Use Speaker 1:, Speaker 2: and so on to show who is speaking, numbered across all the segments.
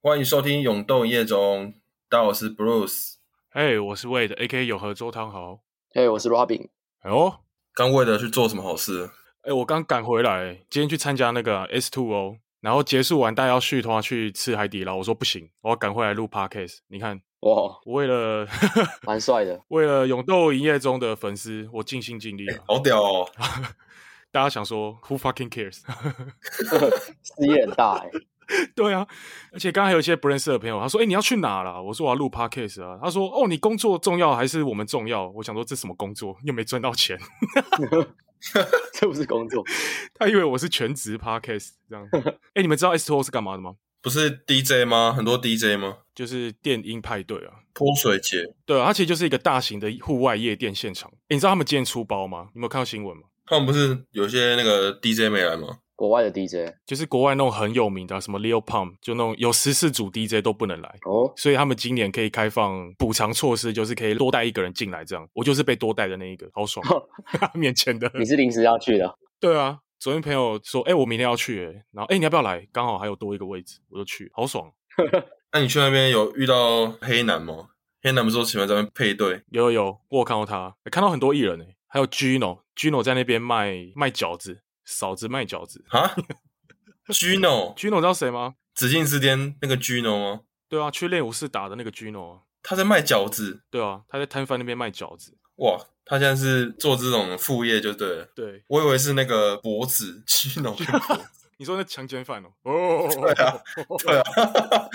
Speaker 1: 欢迎收听《永动夜中》，大家好，我是 Bruce。
Speaker 2: 嘿哎我是 Wade，A.K. 有和周汤豪。
Speaker 3: 嘿、我是 Robin。
Speaker 2: 哎呦，
Speaker 1: 刚为了去做什么好事？
Speaker 2: 哎，我刚赶回来，今天去参加那个 S Two O，然后结束完大家要续团去吃海底捞，我说不行，我要赶回来录 Podcast。你看，
Speaker 3: 哇，
Speaker 2: 我为了
Speaker 3: 蛮帅的。
Speaker 2: 为了勇斗营业中的粉丝，我尽心尽力了。
Speaker 1: 好屌哦！
Speaker 2: 大家想说 Who fucking cares？
Speaker 3: 事业很大哎、
Speaker 2: 对啊，而且刚刚还有一些不认识的朋友，他说：“哎、你要去哪啦？”我说：“我要录 podcast 啊。”他说：“哦，你工作重要还是我们重要？”我想说这什么工作，又没赚到钱。
Speaker 3: 这不是工作，
Speaker 2: 他以为我是全职 podcast 这样。哎、你们知道 S Two 是干嘛的吗？
Speaker 1: 不是 DJ 吗？很多 DJ 吗？
Speaker 2: 就是电音派对啊。
Speaker 1: 泼水节，
Speaker 2: 对啊，它其实就是一个大型的户外夜店现场。诶你知道他们今天出包吗？你有没有看到新闻吗？
Speaker 1: 他们不是有些那个 DJ 没来吗？
Speaker 3: 国外的 DJ
Speaker 2: 就是国外那种很有名的啊、什么 Leo Pump，就那种有十四组 DJ 都不能来，
Speaker 3: 哦，
Speaker 2: 所以他们今年可以开放补偿措施，就是可以多带一个人进来这样。我就是被多带的那一个，好爽，免钱的。
Speaker 3: 你是临时要去的？
Speaker 2: 对啊，昨天朋友说，哎、我明天要去、诶然后哎、诶你要不要来？刚好还有多一个位置，我就去，好爽。
Speaker 1: 那你去那边有遇到黑男吗？黑男不是都喜欢在那边配对？
Speaker 2: 有有有，我有看到他，诶看到很多艺人诶、欸还有 Gino，Gino 在那边卖卖饺子，嫂子卖饺子。
Speaker 1: 啊？Gino，
Speaker 2: Gino 知道谁吗？
Speaker 1: 紫禁之巅那个 Gino 吗？
Speaker 2: 对啊，去练武士打的那个 Gino，啊
Speaker 1: 他在卖饺子，
Speaker 2: 对啊，他在摊贩那边卖饺子。
Speaker 1: 哇！他现在是做这种副业就对了。
Speaker 2: 对，
Speaker 1: 我以为是那个脖子 Gino 的脖子。
Speaker 2: 你说那强奸犯哦？哦，
Speaker 1: 对啊，对啊，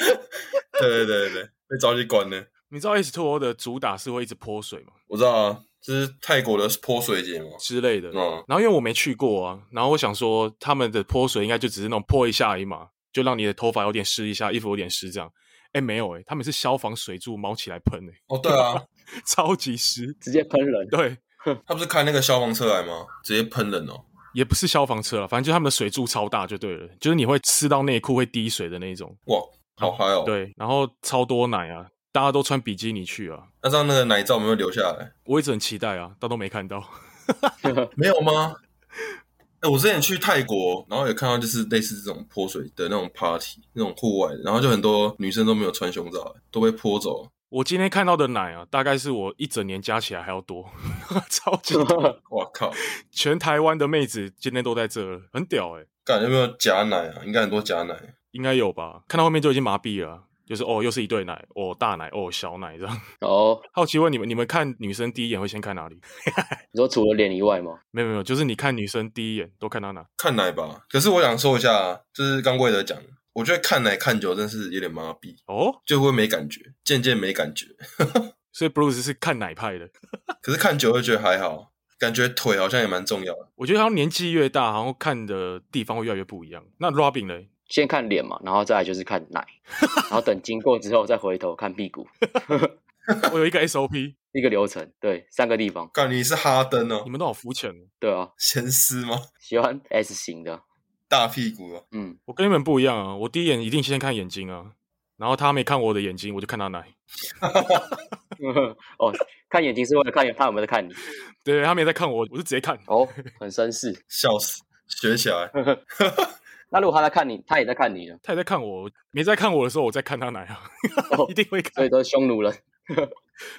Speaker 1: 对对对对对，被抓去关了。
Speaker 2: 你知道 S Two O 的主打是会一直泼水嘛
Speaker 1: 我知道啊，这是泰国的泼水节嘛。
Speaker 2: 之类的。
Speaker 1: 嗯，
Speaker 2: 然后因为我没去过啊，然后我想说他们的泼水应该就只是那种泼一下而已嘛，就让你的头发有点湿一下，衣服有点湿这样。哎，没有哎，他们是消防水柱猫起来喷哎，
Speaker 1: 哦对啊，
Speaker 2: 超级湿。
Speaker 3: 直接喷人，
Speaker 2: 对，
Speaker 1: 他不是开那个消防车来吗？直接喷人哦。
Speaker 2: 也不是消防车啊，反正就他们的水柱超大就对了，就是你会吃到内裤会滴水的那一种。
Speaker 1: 哇，好嗨哦。，
Speaker 2: 对，然后超多奶啊，大家都穿比基尼去啊，
Speaker 1: 那这样那个奶罩有没有留下来？
Speaker 2: 我一直很期待啊，但都没看到。
Speaker 1: 没有吗？ 哎、我之前去泰国，然后也看到就是类似这种泼水的那种 party，那种户外的，然后就很多女生都没有穿胸罩，都被泼走。
Speaker 2: 我今天看到的奶啊，大概是我一整年加起来还要多， 超级多
Speaker 1: 哇靠！
Speaker 2: 全台湾的妹子今天都在这了，很屌哎、
Speaker 1: 感有没有假奶啊？应该很多假奶。
Speaker 2: 应该有吧？看到后面就已经麻痹了啊、就是哦，又是一对奶，哦大奶，哦小奶这样。
Speaker 3: 哦，
Speaker 2: 好奇问你们，你们看女生第一眼会先看哪里？
Speaker 3: 你说除了脸以外吗？
Speaker 2: 没有没有，就是你看女生第一眼都看到哪？
Speaker 1: 看奶吧。可是我想说一下，就是刚贵德讲，我觉得看奶看久真是有点麻痹，
Speaker 2: 哦，
Speaker 1: 就会没感觉，渐渐没感觉。
Speaker 2: 所以 Bruce 是看奶派的。
Speaker 1: 可是看久会觉得还好，感觉腿好像也蛮重要的。
Speaker 2: 我觉得他年纪越大，然后看的地方会越来越不一样。那 Robin 嘞？
Speaker 3: 先看脸嘛，然后再来就是看奶，然后等经过之后再回头看屁股，
Speaker 2: 我有一个 SOP，
Speaker 3: 一个流程，对，三个地方，
Speaker 1: 感觉你是哈登哦
Speaker 2: 你，们都好肤浅哦。
Speaker 3: 对啊，
Speaker 1: 咸湿吗？
Speaker 3: 喜欢 S 型的，
Speaker 1: 大屁股哦，
Speaker 3: 嗯，
Speaker 2: 我跟你们不一样啊，我第一眼一定先看眼睛啊，然后他没看我的眼睛，我就看他奶。
Speaker 3: 哦，看眼睛是为了看他有没有在看你，
Speaker 2: 对他没在看我，我就直接看。
Speaker 3: 哦，很绅士。
Speaker 1: 笑死，学起来。
Speaker 3: 那如果他在看你，他也在看你呢，
Speaker 2: 他也在看我，没在看我的时候，我在看他奶啊，
Speaker 3: 哦
Speaker 2: 一定会看
Speaker 3: 所。以都是匈奴人，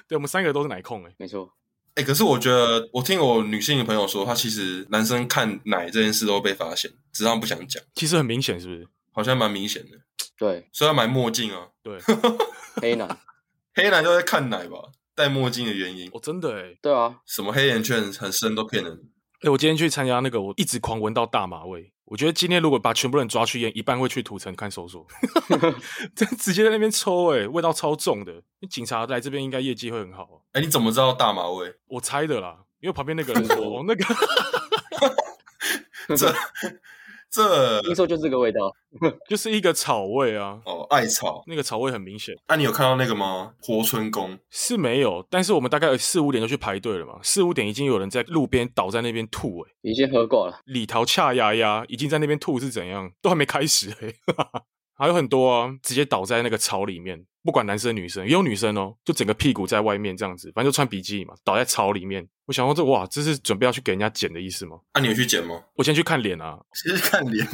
Speaker 2: 对，我们三个都是奶控哎、
Speaker 3: 没错，
Speaker 1: 哎、可是我觉得，我听我女性的朋友说，她其实男生看奶这件事都被发现，只是她们不想讲，
Speaker 2: 其实很明显，是不是？
Speaker 1: 好像蛮明显的。
Speaker 3: 对，
Speaker 1: 所以要买墨镜啊，
Speaker 2: 对，
Speaker 3: 黑男，
Speaker 1: 黑男就在看奶吧，戴墨镜的原因，
Speaker 2: 哦，真的哎、欸
Speaker 3: 对啊，
Speaker 1: 什么黑眼圈很深都骗人。
Speaker 2: 我今天去参加那个，我一直狂闻到大麻味。我觉得今天如果把全部人抓去验，一半会去土城看搜索，这直接在那边抽哎、味道超重的。警察来这边应该业绩会很好、啊，
Speaker 1: 哎、你怎么知道大马味？
Speaker 2: 我猜的啦，因为旁边那个人说哦那个
Speaker 1: 这这
Speaker 3: 听说就是这个味道，
Speaker 2: 就是一个草味啊，
Speaker 1: 哦，艾草。啊
Speaker 2: 那个草味很明显。
Speaker 1: 那、你有看到那个吗？活春宫
Speaker 2: 是没有，但是我们大概四五点就去排队了嘛，四五点已经有人在路边倒在那边吐、欸，
Speaker 3: 已经喝过了，
Speaker 2: 李桃恰牙牙已经在那边吐是怎样，都还没开始、欸， 还有很多啊，直接倒在那个草里面，不管男生女生，也有女生哦，就整个屁股在外面这样子，反正就穿比基尼嘛，倒在草里面，我想说这哇，这是准备要去给人家剪的意思吗？
Speaker 1: 啊，你有去剪吗？
Speaker 2: 我先去看脸啊，
Speaker 1: 其实看脸，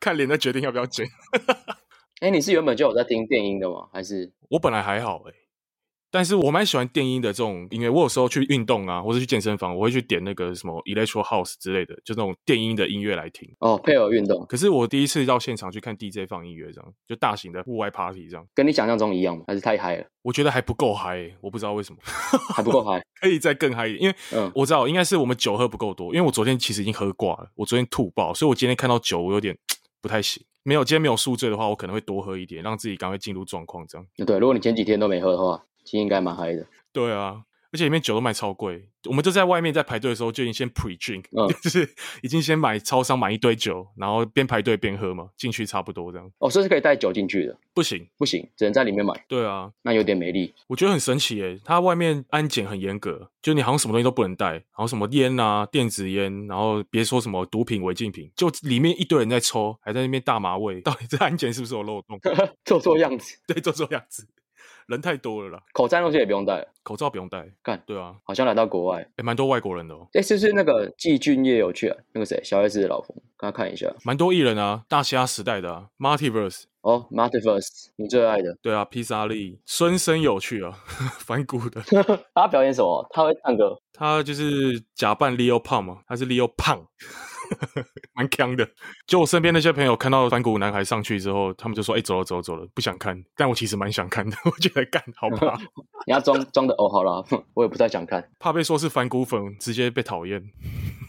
Speaker 2: 看脸再决定要不要剪。
Speaker 3: 哎，你是原本就有在听电音的吗？还是
Speaker 2: 我本来还好诶、但是我蛮喜欢电音的这种音乐。我有时候去运动啊，或者去健身房，我会去点那个什么 electro house 之类的，就那种电音的音乐来听。
Speaker 3: 哦配合运动？
Speaker 2: 可是我第一次到现场去看 DJ 放音乐，这样就大型的户外 party 这样，
Speaker 3: 跟你想象中一样吗？还是太嗨了，
Speaker 2: 我觉得还不够嗨欸、我不知道为什么，
Speaker 3: 还不够嗨？
Speaker 2: 可以再更嗨一点。因为
Speaker 3: 嗯，
Speaker 2: 我知道应该是我们酒喝不够多，因为我昨天其实已经喝挂了，我昨天吐爆，所以我今天看到酒我有点不太行。没有，今天没有宿醉的话，我可能会多喝一点，让自己赶快进入状况。这样
Speaker 3: 对，如果你前几天都没喝的话，今天应该蛮嗨的。
Speaker 2: 对啊，而且里面酒都卖超贵，我们就在外面在排队的时候就已经先 pre drink，、
Speaker 3: 嗯
Speaker 2: 就是已经先买超商买一堆酒，然后边排队边喝嘛，进去差不多这样。
Speaker 3: 哦，所以是可以带酒进去的，
Speaker 2: 不行，
Speaker 3: 不行，只能在里面买，
Speaker 2: 对啊，
Speaker 3: 那有点没力。
Speaker 2: 我觉得很神奇耶，它外面安检很严格，就你好像什么东西都不能带，然后什么烟啊、电子烟，然后别说什么毒品、违禁品，就里面一堆人在抽，还在那边大麻味，到底这安检是不是有漏洞？
Speaker 3: 做做样子，
Speaker 2: 对，就这样子，人太多了啦，
Speaker 3: 口罩那些也不用戴了，
Speaker 2: 口罩不用戴。
Speaker 3: 干
Speaker 2: 对啊，
Speaker 3: 好像来到国外。
Speaker 2: 也蛮多外国人的哦，
Speaker 3: 哎，是不是那个季俊业有去啊？那个谁，小 S 的老婆，刚刚看一下。
Speaker 2: 蛮多艺人啊，大虾时代的啊，Multiverse，
Speaker 3: 哦 m a t i v e r s e 你最爱的，
Speaker 2: 对啊，披萨利，孙生有趣啊， 反骨的，
Speaker 3: 他表演什么？他会唱歌，
Speaker 2: 他就是假扮 Leo 胖嘛，他是 Leo 胖， 蛮强的。就我身边那些朋友看到反骨男孩上去之后，他们就说：“哎、走了，走了，走了，不想看。”但我其实蛮想看的， 我觉得干好吧，
Speaker 3: 你要装装的哦。好啦， 哼我也不太想看，
Speaker 2: 怕被说是反骨粉，直接被讨厌。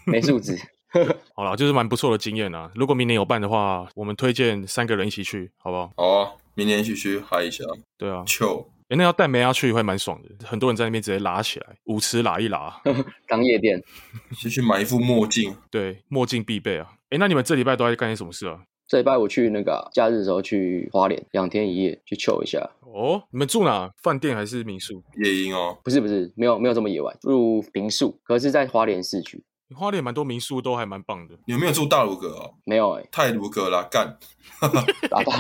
Speaker 3: 没素质。
Speaker 2: 好啦，就是蛮不错的经验啊。如果明年有办的话，我们推荐三个人一起去，好不好？
Speaker 1: 好啊，明年一起去嗨一下，
Speaker 2: 对啊，
Speaker 1: 就
Speaker 2: 哎、那要带梅亚去会蛮爽的，很多人在那边直接拉起来，舞池拉一拉，
Speaker 3: 当夜店，
Speaker 1: 先去买一副墨镜，
Speaker 2: 对，墨镜必备啊。哎、那你们这礼拜都在干些什么事啊？
Speaker 3: 这礼拜我去那个啊假日的时候去花莲两天一夜去 chill 一下，
Speaker 2: 哦，你们住哪？饭店还是民宿？
Speaker 1: 夜莺哦，
Speaker 3: 不是不是，没有没有这么野外，入民宿，可是在花莲市区
Speaker 2: 花莲蛮多民宿都还蛮棒的。
Speaker 1: 你有没有住大鲁阁啊？
Speaker 3: 没有 哎、
Speaker 1: 太鲁阁啦，干，
Speaker 3: 打到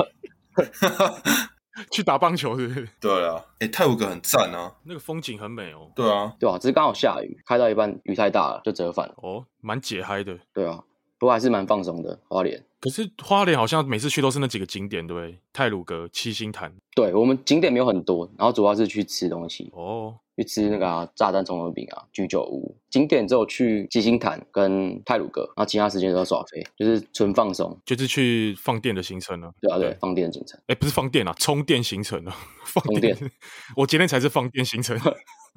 Speaker 2: 去打棒球是不是？
Speaker 1: 对啊，哎、泰鲁阁很赞啊，
Speaker 2: 那个风景很美哦，
Speaker 1: 对啊，
Speaker 3: 对啊，只是刚好下雨，开到一半雨太大了就折返了，
Speaker 2: 哦，蛮解嗨的。
Speaker 3: 对啊，不过还是蛮放松的花莲。
Speaker 2: 可是花莲好像每次去都是那几个景点，对不对？泰鲁阁、七星潭。
Speaker 3: 对我们景点没有很多，然后主要是去吃东西，
Speaker 2: 哦，
Speaker 3: 去吃那个、啊、炸弹葱油饼啊、居酒屋。景点只有去七星潭跟泰鲁阁，然后其他时间都耍飞，就是纯放松。
Speaker 2: 就是去放电的行程啊。
Speaker 3: 对啊，对，放电行程。
Speaker 2: 哎，不是放电啊，充电行程啊，放
Speaker 3: 充
Speaker 2: 电。我今天才是放电行程，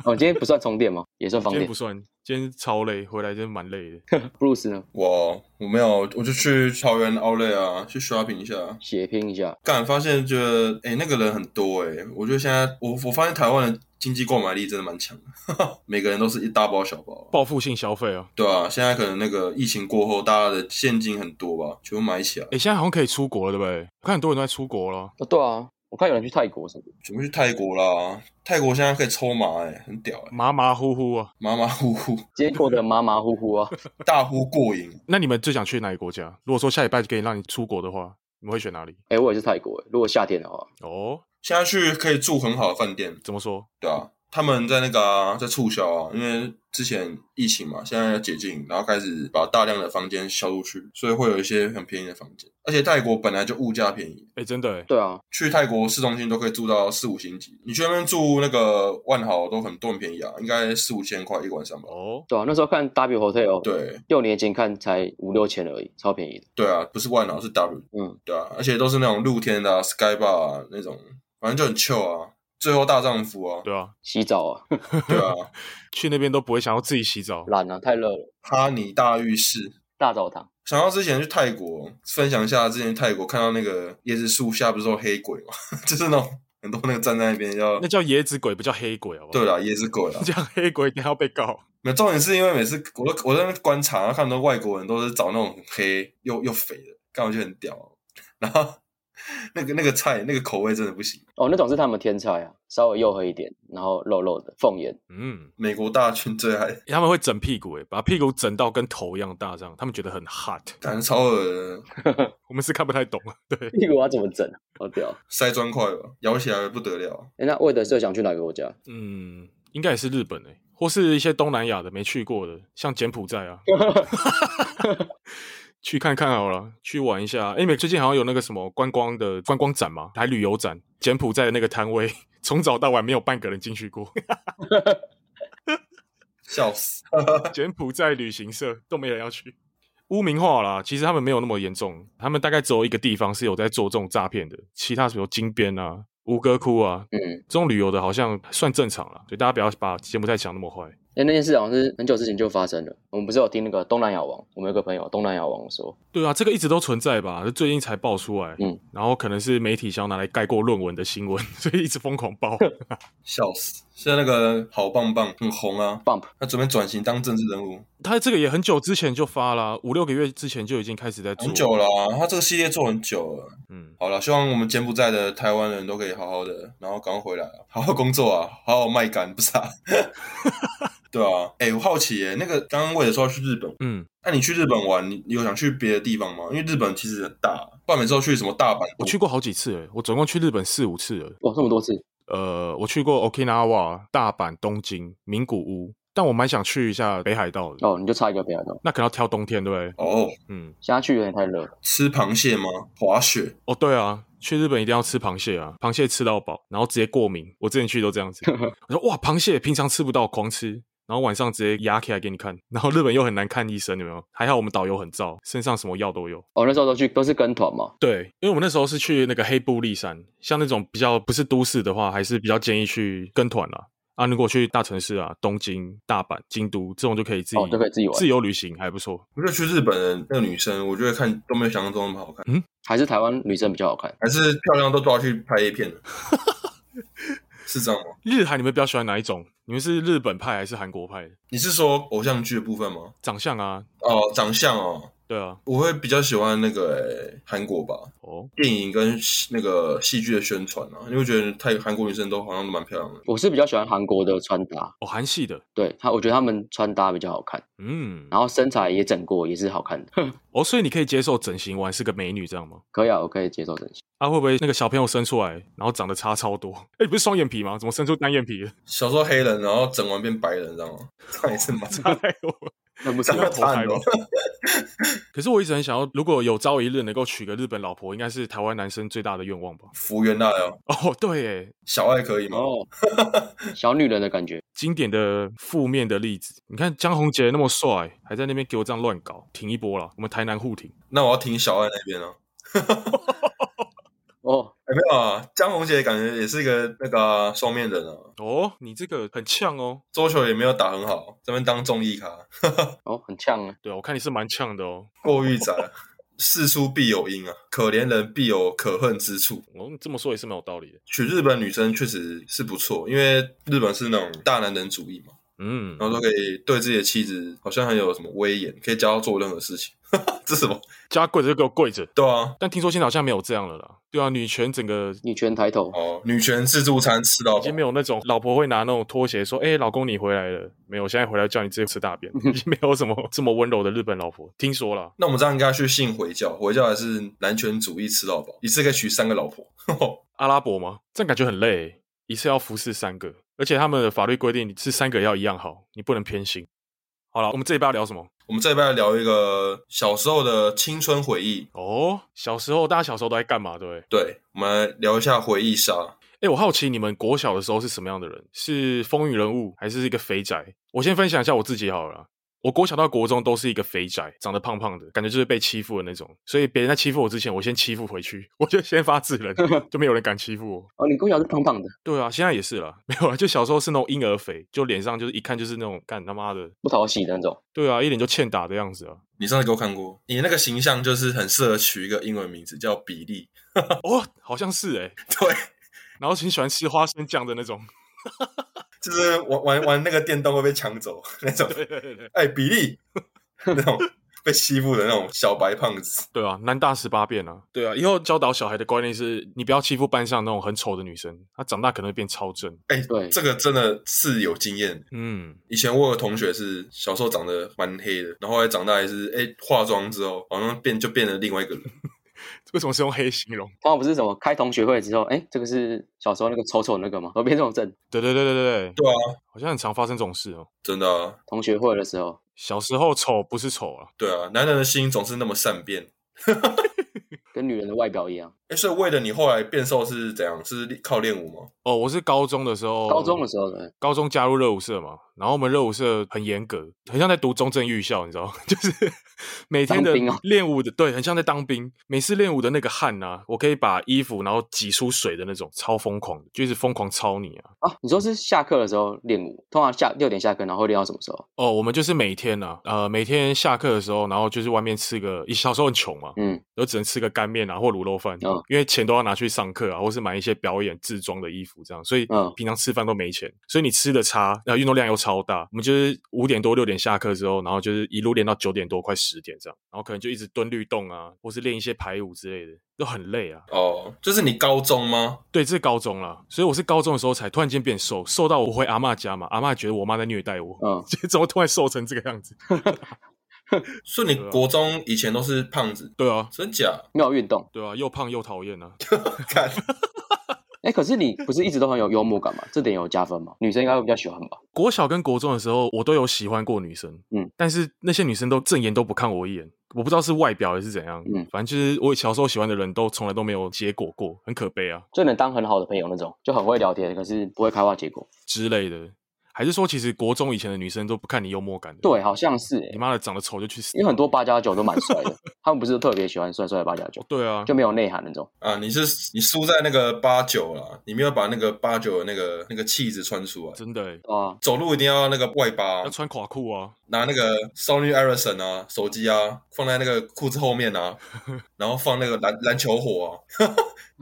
Speaker 3: 哦，今天不算充电吗？也算放
Speaker 2: 今天
Speaker 3: 电
Speaker 2: 不。算，今天超累，回来真的蛮累的。
Speaker 3: Bruce 呢？
Speaker 1: 我我没有，我就去桃园奥莱啊，去 shopping 一下。
Speaker 3: 血拼一下，
Speaker 1: 干，发现觉得哎、诶那个人很多哎、诶我觉得现在我我发现台湾的经济购买力真的蛮强的，每个人都是一大包小包，
Speaker 2: 报复性消费啊！
Speaker 1: 对啊，现在可能那个疫情过后，大家的现金很多吧，全部买起来，
Speaker 2: 哎，现在好像可以出国了，对不对？我看很多人都在出国了。
Speaker 3: 哦，对啊，我看有人去泰国什么的，
Speaker 1: 全部去泰国啦。泰国现在可以抽麻哎、诶很屌哎、诶
Speaker 2: 马马虎虎啊！
Speaker 1: 马马虎虎，
Speaker 3: 结果的马马虎虎啊。
Speaker 1: 大呼过瘾。
Speaker 2: 那你们最想去哪个国家？如果说下礼拜可以让你出国的话，你们会选哪里？
Speaker 3: 哎、我也是泰国、欸，如果夏天的话，
Speaker 2: 哦，
Speaker 1: 现在去可以住很好的饭店，
Speaker 2: 怎么说？
Speaker 1: 对啊，他们在那个、啊、在促销啊，因为之前疫情嘛，现在要解禁，然后开始把大量的房间销出去，所以会有一些很便宜的房间。而且泰国本来就物价便宜，
Speaker 2: 哎，真的哎。
Speaker 3: 对啊，
Speaker 1: 去泰国市中心都可以住到四五星级，你去那边住那个万豪都很都很便宜啊，应该四五千块一个晚上吧。
Speaker 2: 哦，
Speaker 3: 对啊，那时候看 W Hotel，，
Speaker 1: 对
Speaker 3: 六年前看才五六千而已，超便宜的。
Speaker 1: 对啊，不是万豪是 W，
Speaker 3: 嗯，
Speaker 1: 对啊，而且都是那种露天的、啊、Sky Bar 啊那种，反正就很 chill 啊。最后大丈夫啊，
Speaker 2: 对啊，
Speaker 3: 洗澡啊，
Speaker 1: 对啊，
Speaker 2: 去那边都不会想要自己洗澡。
Speaker 3: 懒啊，太热了，
Speaker 1: 哈尼大浴室，
Speaker 3: 大澡堂。
Speaker 1: 想到之前去泰国，分享一下之前泰国看到那个椰子树下不是有黑鬼嘛， 就是那种很多那个站在那边要
Speaker 2: 那叫椰子鬼，不叫黑鬼，好不好？
Speaker 1: 对啦，椰子鬼啦
Speaker 2: 。这样黑鬼等下要被告。
Speaker 1: 那重点是因为每次我都我在那边观察，然后看到外国人都是找那种很黑又又肥的，看我就很屌。啊 然后那个那个菜那个口味真的不行，
Speaker 3: 哦，那种是他们天菜啊，稍微黝黑一点，然后肉肉的凤眼，
Speaker 2: 嗯，
Speaker 1: 美国大军最爱，
Speaker 2: 他们会整屁股，哎，把屁股整到跟头一样大，这样他们觉得很 hot。
Speaker 1: 感觉超恶的，
Speaker 2: 我们是看不太懂， 对，
Speaker 3: 屁股要怎么整啊？好屌！
Speaker 1: 塞砖块吧，咬起来不得了。
Speaker 3: 哎、那魏德社想去哪个国家？
Speaker 2: 嗯，应该也是日本哎，或是一些东南亚的没去过的，像柬埔寨啊，去看看好了，去玩一下。哎，你们最近好像有那个什么观光的观光展嘛，还旅游展，柬埔寨的那个摊位， 从早到晚没有半个人进去过，
Speaker 1: 笑死！
Speaker 2: 柬埔寨旅行社都没人要去。污名化啦，其实他们没有那么严重，他们大概只有一个地方是有在做这种诈骗的，其他比如金边啊、吴哥窟啊
Speaker 3: 嗯，
Speaker 2: 这种旅游的，好像算正常了，所以大家不要把柬埔寨想那么坏。
Speaker 3: 哎，那件事好像是很久之前就发生了。我们不是有听那个东南亚王，我们有个朋友东南亚王说，
Speaker 2: 对啊，这个一直都存在吧，最近才爆出来，
Speaker 3: 嗯，
Speaker 2: 然后可能是媒体想要拿来盖过论文的新闻， 所以一直疯狂 爆。
Speaker 1: 笑死！现在那个好棒棒很红啊，
Speaker 3: Bump
Speaker 1: 他准备转型当政治人物，
Speaker 2: 他这个也很久之前就发啦，五六个月之前就已经开始在做，
Speaker 1: 很久了啊、他这个系列做很久了。
Speaker 2: 嗯，
Speaker 1: 好了，希望我们柬埔寨的台湾人都可以好好的，然后赶快回来啊，好好工作啊，好好卖干，不是啊？ 对啊，哎、我好奇耶、那个刚刚为了说要去日本，
Speaker 2: 嗯，
Speaker 1: 那、你去日本玩，你你有想去别的地方吗？因为日本其实很大，不然每次都去什么大阪，
Speaker 2: 我去过好几次、欸，我总共去日本四五次了。
Speaker 3: 哇，哦这么多次，
Speaker 2: 呃，我去过 Okinawa、大阪、东京、名古屋，但我蛮想去一下北海道的。
Speaker 3: 哦，你就差一个北海道，
Speaker 2: 那可能要挑冬天，对不对？
Speaker 1: 哦，
Speaker 2: 嗯，
Speaker 3: 现在去有点太热了。
Speaker 1: 吃螃蟹吗？滑雪，
Speaker 2: 哦，对啊，去日本一定要吃螃蟹啊，螃蟹吃到饱，然后直接过敏。我之前去都这 样子，我说哇，螃蟹平常吃不到，狂吃。然后晚上直接压起来给你看，然后日本又很难看医生，有没有？还好我们导游很燥，身上什么药都有。
Speaker 3: 哦，那时候都去都是跟团嘛，
Speaker 2: 对，因为我们那时候是去那个黑布利山，像那种比较不是都市的话，还是比较建议去跟团啦。啊，如果去大城市啊，东京、大阪、京都这种就可以自己、
Speaker 3: 哦，就可以自己玩。
Speaker 2: 自由旅行，还不错。
Speaker 1: 我觉得去日本的那个女生，我觉得看都没有想象中那么好看，
Speaker 3: 还是台湾女生比较好看。
Speaker 1: 还是漂亮都抓去拍 A 片了，是这样吗？
Speaker 2: 日韩你们比较喜欢哪一种？你们是日本派还是韩国派的？
Speaker 1: 你是说偶像剧的部分吗？
Speaker 2: 长相啊，
Speaker 1: 哦，长相哦，
Speaker 2: 对啊，
Speaker 1: 我会比较喜欢那个诶韩国吧，
Speaker 2: 哦，
Speaker 1: 电影跟戏那个戏剧的宣传啊，你会觉得泰韩国女生都好像都蛮漂亮的。
Speaker 3: 我是比较喜欢韩国的穿搭，
Speaker 2: 哦，韩系的，
Speaker 3: 对她，我觉得她们穿搭比较好看，
Speaker 2: 嗯，
Speaker 3: 然后身材也整过，也是好看的。
Speaker 2: 哦，所以你可以接受整形完是个美女这样吗？
Speaker 3: 可以啊，我可以接受整形。
Speaker 2: 啊，会不会那个小朋友生出来，然后长得差超多？哎，你不是双眼皮吗？怎么生出单眼皮了？
Speaker 1: 小时候黑人，然后整完变白人，知道吗？ 这样也是蛮
Speaker 2: 差太多了。
Speaker 3: 那不是
Speaker 1: 这
Speaker 2: 这
Speaker 1: 样
Speaker 2: 样
Speaker 1: 差很多
Speaker 2: 投。可是我一直很想要，如果有朝一日能够娶个日本老婆，应该是台湾男生最大的愿望吧？
Speaker 1: 服务员大哦，
Speaker 2: 哦，对，耶，
Speaker 1: 小爱可以吗？
Speaker 3: 哦，小女人的感觉。
Speaker 2: 经典的负面的例子。你看江宏杰那么帅，还在那边给我这样乱搞，挺一波了。我们台南互挺，
Speaker 1: 那我要听小爱那边啊。
Speaker 3: 哦，
Speaker 1: 哎，没有啊，江宏杰感觉也是一个那个啊双、面人啊，
Speaker 2: 哦，你这个很呛哦。
Speaker 1: 桌球也没有打很好，这边当综艺咖，
Speaker 3: 哦，很呛啊。
Speaker 2: 对，我看你是蛮呛的哦。
Speaker 1: 过誉仔，事出必有因啊，可怜人必有可恨之处。
Speaker 2: 我哦这么说也是蛮有道理的。
Speaker 1: 娶日本女生确实是不错，因为日本是那种大男人主义嘛。
Speaker 2: 嗯，
Speaker 1: 然后都可以对自己的妻子好像很有什么威严，可以教她做任何事情。 这是什么？
Speaker 2: 加跪着就给我跪着。
Speaker 1: 对啊，
Speaker 2: 但听说现在好像没有这样了啦。对啊，女权整个
Speaker 3: 女权抬头，
Speaker 1: 哦，女权自助餐吃到
Speaker 2: 已
Speaker 1: 饱
Speaker 2: 经，没有那种老婆会拿那种拖鞋说：“哎、老公你回来了。”没有，现在回来叫你直接吃大便，已经没有什么这么温柔的日本老婆。听说啦，
Speaker 1: 那我们这样应该去信回教，回教还是男权主义吃到饱，一次可以娶三个老婆。
Speaker 2: 阿拉伯吗？这样感觉很累欸，一次要服侍三个，而且他们的法律规定是三个要一样好，你不能偏心。好了，我们这一趴要聊什么？
Speaker 1: 我们这一拜聊一个小时候的青春回忆，
Speaker 2: 哦，小时候大家小时候都在干嘛？对不对？
Speaker 1: 对，我们来聊一下回忆杀。
Speaker 2: 哎，我好奇你们国小的时候是什么样的人？是风云人物，还是一个肥宅？我先分享一下我自己好了啦。我国小到国中都是一个肥宅，长得胖胖的，感觉就是被欺负的那种。所以别人在欺负我之前，我先欺负回去， 我就先发制人，就没有人敢欺负我。
Speaker 3: 哦，你跟我讲是胖胖的，
Speaker 2: 对啊，现在也是啦， 没有啊，就小时候是那种婴儿肥，就脸上就是一看就是那种干他妈的，
Speaker 3: 不讨喜的那种。
Speaker 2: 对啊，一脸就欠打的样子啊。
Speaker 1: 你上次给我看过，你那个形象就是很适合取一个英文名字叫比利。
Speaker 2: 哦，好像是哎、
Speaker 1: 对，
Speaker 2: 然后挺喜欢吃花生酱的那种。
Speaker 1: 就是玩玩玩那个电动会被抢走那种。
Speaker 2: 对对对对，
Speaker 1: 哎，比利那种被欺负的那种小白胖子。
Speaker 2: 对啊，南大十八变啊。对啊，以后教导小孩的观念是，你不要欺负班上那种很丑的女生，她长大可能会变超正。
Speaker 1: 哎、
Speaker 3: 对
Speaker 1: 这个真的是有经验。
Speaker 2: 嗯，
Speaker 1: 以前我有同学是小时候长得蛮黑的，然后后来长大也是，哎、化妆之后好像变就变了另外一个人，
Speaker 2: 为什么是用黑形容？
Speaker 3: 他们不是什么开同学会之后，哎，这个是小时候那个丑丑那个吗？我变这种症，
Speaker 2: 对对对对对对，
Speaker 1: 对啊，
Speaker 2: 好像很常发生这种事哦。
Speaker 1: 真的啊，
Speaker 3: 同学会的时候，
Speaker 2: 小时候丑不是丑啊，
Speaker 1: 对啊，男人的心总是那么善变。
Speaker 3: 跟女人的外表一样。
Speaker 1: 哎，所以为了你后来变瘦是怎样？是靠练舞吗？
Speaker 2: 哦，我是高中的时候，
Speaker 3: 高中的时候呢，
Speaker 2: 高中加入热舞社嘛，然后我们热舞社很严格，很像在读中正预校，你知道吗， 就是每天的
Speaker 3: 当兵哦
Speaker 2: 练舞的，对，很像在当兵。每次练舞的那个汗啊，我可以把衣服然后挤出水的那种，超疯狂的，就是疯狂操你啊。
Speaker 3: 啊，你说是下课的时候练舞，通常下六点下课，然后会练到什么时候？
Speaker 2: 哦，我们就是每天啊，呃，每天下课的时候，然后就是外面吃个，小时候很穷嘛，
Speaker 3: 嗯，
Speaker 2: 都只能吃个干面啊或卤肉饭，
Speaker 3: 嗯
Speaker 2: 因为钱都要拿去上课啊，或是买一些表演制装的衣服这样，所以
Speaker 3: 嗯
Speaker 2: 平常吃饭都没钱，所以你吃的差，然后运动量又超大，我们就是五点多六点下课之后，然后就是一路练到九点多快十点这样，然后可能就一直蹲律动啊，或是练一些排舞之类的，都很累啊。
Speaker 1: 哦，就是你高中吗？
Speaker 2: 对，这是高中啦，所以我是高中的时候才突然间变瘦，瘦到我回阿嬷家嘛，阿嬷觉得我妈在虐待我，
Speaker 3: 嗯
Speaker 2: 就 怎么突然瘦成这个样子？
Speaker 1: 所以你
Speaker 2: 啊
Speaker 1: 国中以前都是胖子，
Speaker 2: 对啊，
Speaker 1: 真 假？
Speaker 3: 没有运动。
Speaker 2: 对啊，又胖又讨厌啊。
Speaker 1: 看，
Speaker 3: 哎，可是你不是一直都很有幽默感吗？这点有加分吗？女生应该会比较喜欢吧？
Speaker 2: 国小跟国中的时候，我都有喜欢过女生，
Speaker 3: 嗯，
Speaker 2: 但是那些女生都正眼都不看我一眼，我不知道是外表还是怎样，
Speaker 3: 嗯
Speaker 2: 反正就是我小时候喜欢的人都从来都没有结果过，很可悲啊
Speaker 3: 就能当很好的朋友那种，就很会聊天，可是不会开花结果。
Speaker 2: 之类的。还是说，其实国中以前的女生都不看你幽默感的？
Speaker 3: 对，好像是哎、
Speaker 2: 你妈的长得丑就去死
Speaker 3: 因。为很多八加九都蛮帅的，他们不是特别喜欢帅帅的八加九，
Speaker 2: 对啊，
Speaker 3: 就没有内涵那种。
Speaker 1: 啊，你是你输在那个八九啦，你没有把那个八九的那个那个气质穿出来。
Speaker 2: 真的欸、
Speaker 3: 啊，
Speaker 1: 走路一定要那个外八
Speaker 2: 要，穿垮裤啊，
Speaker 1: 拿那个 Sony Ericsson 啊，手机啊，放在那个裤子后面 啊，然后放那个篮篮球火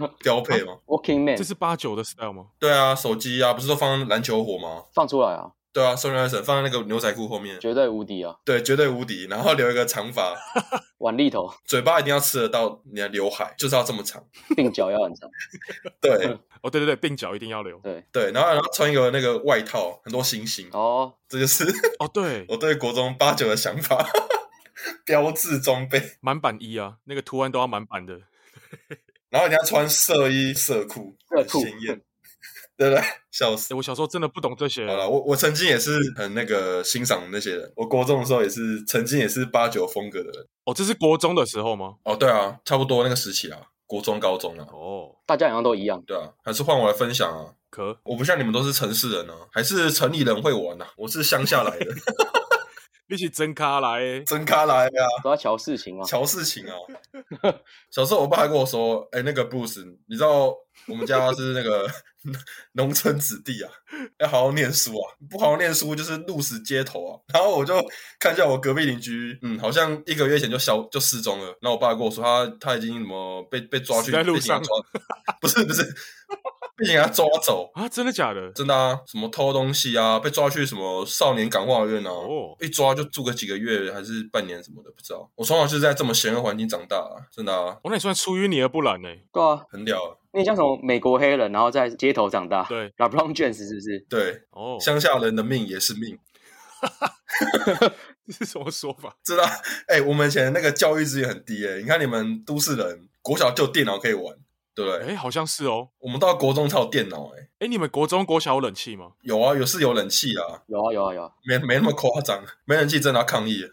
Speaker 1: 啊，标配嘛。
Speaker 3: Working Man
Speaker 2: 这是八九的 style 吗？
Speaker 1: 对啊，手机啊，不是都放篮球火吗？
Speaker 3: 放出来啊，
Speaker 1: 对啊，Sony Ericsson 放在那个牛仔裤后面，
Speaker 3: 绝对无敌啊，
Speaker 1: 对，绝对无敌。然后留一个长发，
Speaker 3: 腕力头，
Speaker 1: 嘴巴一定要吃得到你的刘海，就是要这么长。
Speaker 3: 鬓角要很长。
Speaker 1: 对
Speaker 2: 哦，对对对，鬓角一定要留。
Speaker 3: 对，
Speaker 1: 对，然后然后穿一个那个外套，很多星星，
Speaker 3: 哦，
Speaker 1: 这就是
Speaker 2: 哦，对，
Speaker 1: 我对国中八九的想法。标志装备，
Speaker 2: 满版一啊，那个图案都要满版的。
Speaker 1: 然后人家穿色衣色裤，
Speaker 3: 热裤
Speaker 1: 很鲜艳，对不对？笑死
Speaker 2: 哎、。我小时候真的不懂这些、
Speaker 1: 好了，我我曾经也是很那个欣赏那些人，我国中的时候也是曾经也是八九风格的人。
Speaker 2: 哦，这是国中的时候吗？
Speaker 1: 哦，对啊，差不多那个时期啊，国中、高中啊，
Speaker 2: 哦，
Speaker 3: 大家好像都一样。
Speaker 1: 对啊，还是换我来分享啊。
Speaker 2: 可
Speaker 1: 我不像你们都是城市人啊，还是城里人会玩啊，我是乡下来的，
Speaker 2: 一起真咖来欸、
Speaker 1: 真咖来啊，
Speaker 3: 都要瞧事情啊，
Speaker 1: 瞧事情啊。小时候我爸还跟我说，哎、那个 Bruce，你知道我们家是那个农村子弟啊，要好好念书啊，不好好念书就是路死街头啊。然后我就看一下我隔壁邻居，嗯，好像一个月前就消就失踪了。然后我爸跟我说他他已经什么被被抓去
Speaker 2: 死在路
Speaker 1: 被警察
Speaker 2: 上
Speaker 1: 抓不是不是，被警察抓走。
Speaker 2: 啊，真的假的？
Speaker 1: 真的啊，什么偷东西啊，被抓去什么少年感化院啊，
Speaker 2: 哦，
Speaker 1: 一抓就住个几个月还是半年什么的，不知道。我从小就是在这么险恶环境长大、啊，真的啊，
Speaker 2: 我那也算出淤泥而不染呢、欸
Speaker 3: 对啊，
Speaker 1: 很屌、啊。
Speaker 3: 你像什么美国黑人，然后在街头长大，
Speaker 2: 对，
Speaker 3: ，LeBron James 是不是？
Speaker 1: 对，
Speaker 2: 哦，
Speaker 1: 乡下人的命也是命，
Speaker 2: 这是什么说法？
Speaker 1: 知道？ 哎、我们以前那个教育资源很低哎、你看你们都市人国小就有电脑可以玩，对不对？
Speaker 2: 哎、好像是哦。
Speaker 1: 我们到国中才有电脑哎、
Speaker 2: 哎、你们国中、国小有冷气吗？
Speaker 1: 有啊，有是有冷气啊，
Speaker 3: 有啊有啊有啊，
Speaker 1: 没没那么夸张，没冷气真的要抗议。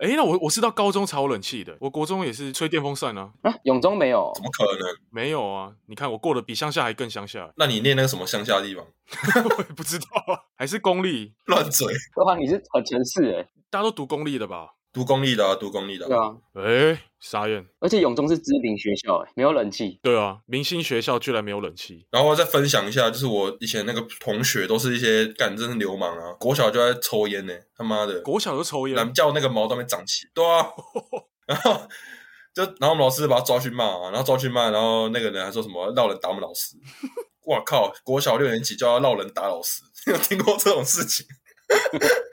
Speaker 2: 哎、那我我是到高中才有冷气的，我国中也是吹电风扇啊，
Speaker 3: 啊，永中没有
Speaker 1: 怎，么可能？，
Speaker 2: 没有啊。你看我过得比乡下还更乡下欸
Speaker 1: 那你念那个什么乡下地方，
Speaker 2: 我也不知道啊，还是公立，
Speaker 1: 乱嘴，
Speaker 3: 对啊，你是很城市哎，
Speaker 2: 大家都读公立的吧？
Speaker 1: 读公立的、啊，读公立的、
Speaker 3: 对啊，
Speaker 2: 哎、傻眼，
Speaker 3: 而且永中是知名学校哎，没有冷气，
Speaker 2: 对啊，明星学校居然没有冷气，
Speaker 1: 然后再分享一下，就是我以前那个同学都是一些干真是流氓啊，国小就在抽烟呢、他妈的，
Speaker 2: 国小就抽
Speaker 1: 懒
Speaker 2: 烟，
Speaker 1: 叫那个毛都没长齐，对 啊，然后就然后我们老师把他抓去骂、啊，然后抓去骂，然后那个人还说什么闹人打我们老 师，哇靠，国小六年级就要闹人打老师， 有听过这种事情？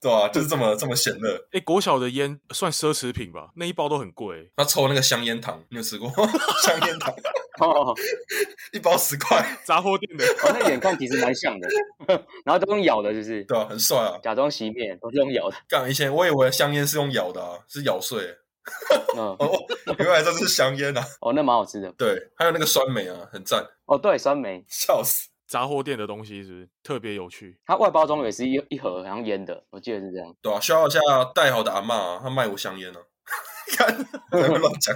Speaker 1: 对啊，就是这么这么险恶。
Speaker 2: 哎、国小的烟算奢侈品吧？那一包都很贵、
Speaker 1: 他抽那个香烟糖，你有吃过 香烟糖？
Speaker 3: 哦，哦
Speaker 1: 一包十块，
Speaker 2: 杂货店的。
Speaker 3: 那远看其实蛮像的， 然后都用咬的，就是
Speaker 1: 对啊，很帅啊。
Speaker 3: 假装洗面，都是用咬的，
Speaker 1: 干，以前我以为香烟是用咬的、啊，是咬碎。
Speaker 3: 嗯，
Speaker 1: 哦，原来这是香烟啊！
Speaker 3: 哦，那蛮好吃的。
Speaker 1: 对，还有那个酸梅啊，很赞，
Speaker 3: 哦，对，酸梅，
Speaker 1: 笑死！
Speaker 2: 杂货店的东西是不是特别有趣？
Speaker 3: 它外包装也是一一盒，好像腌的，我记得是这样。
Speaker 1: 对啊，需要一下带好的阿嬷啊，她卖我香烟啊。 看，不要乱讲。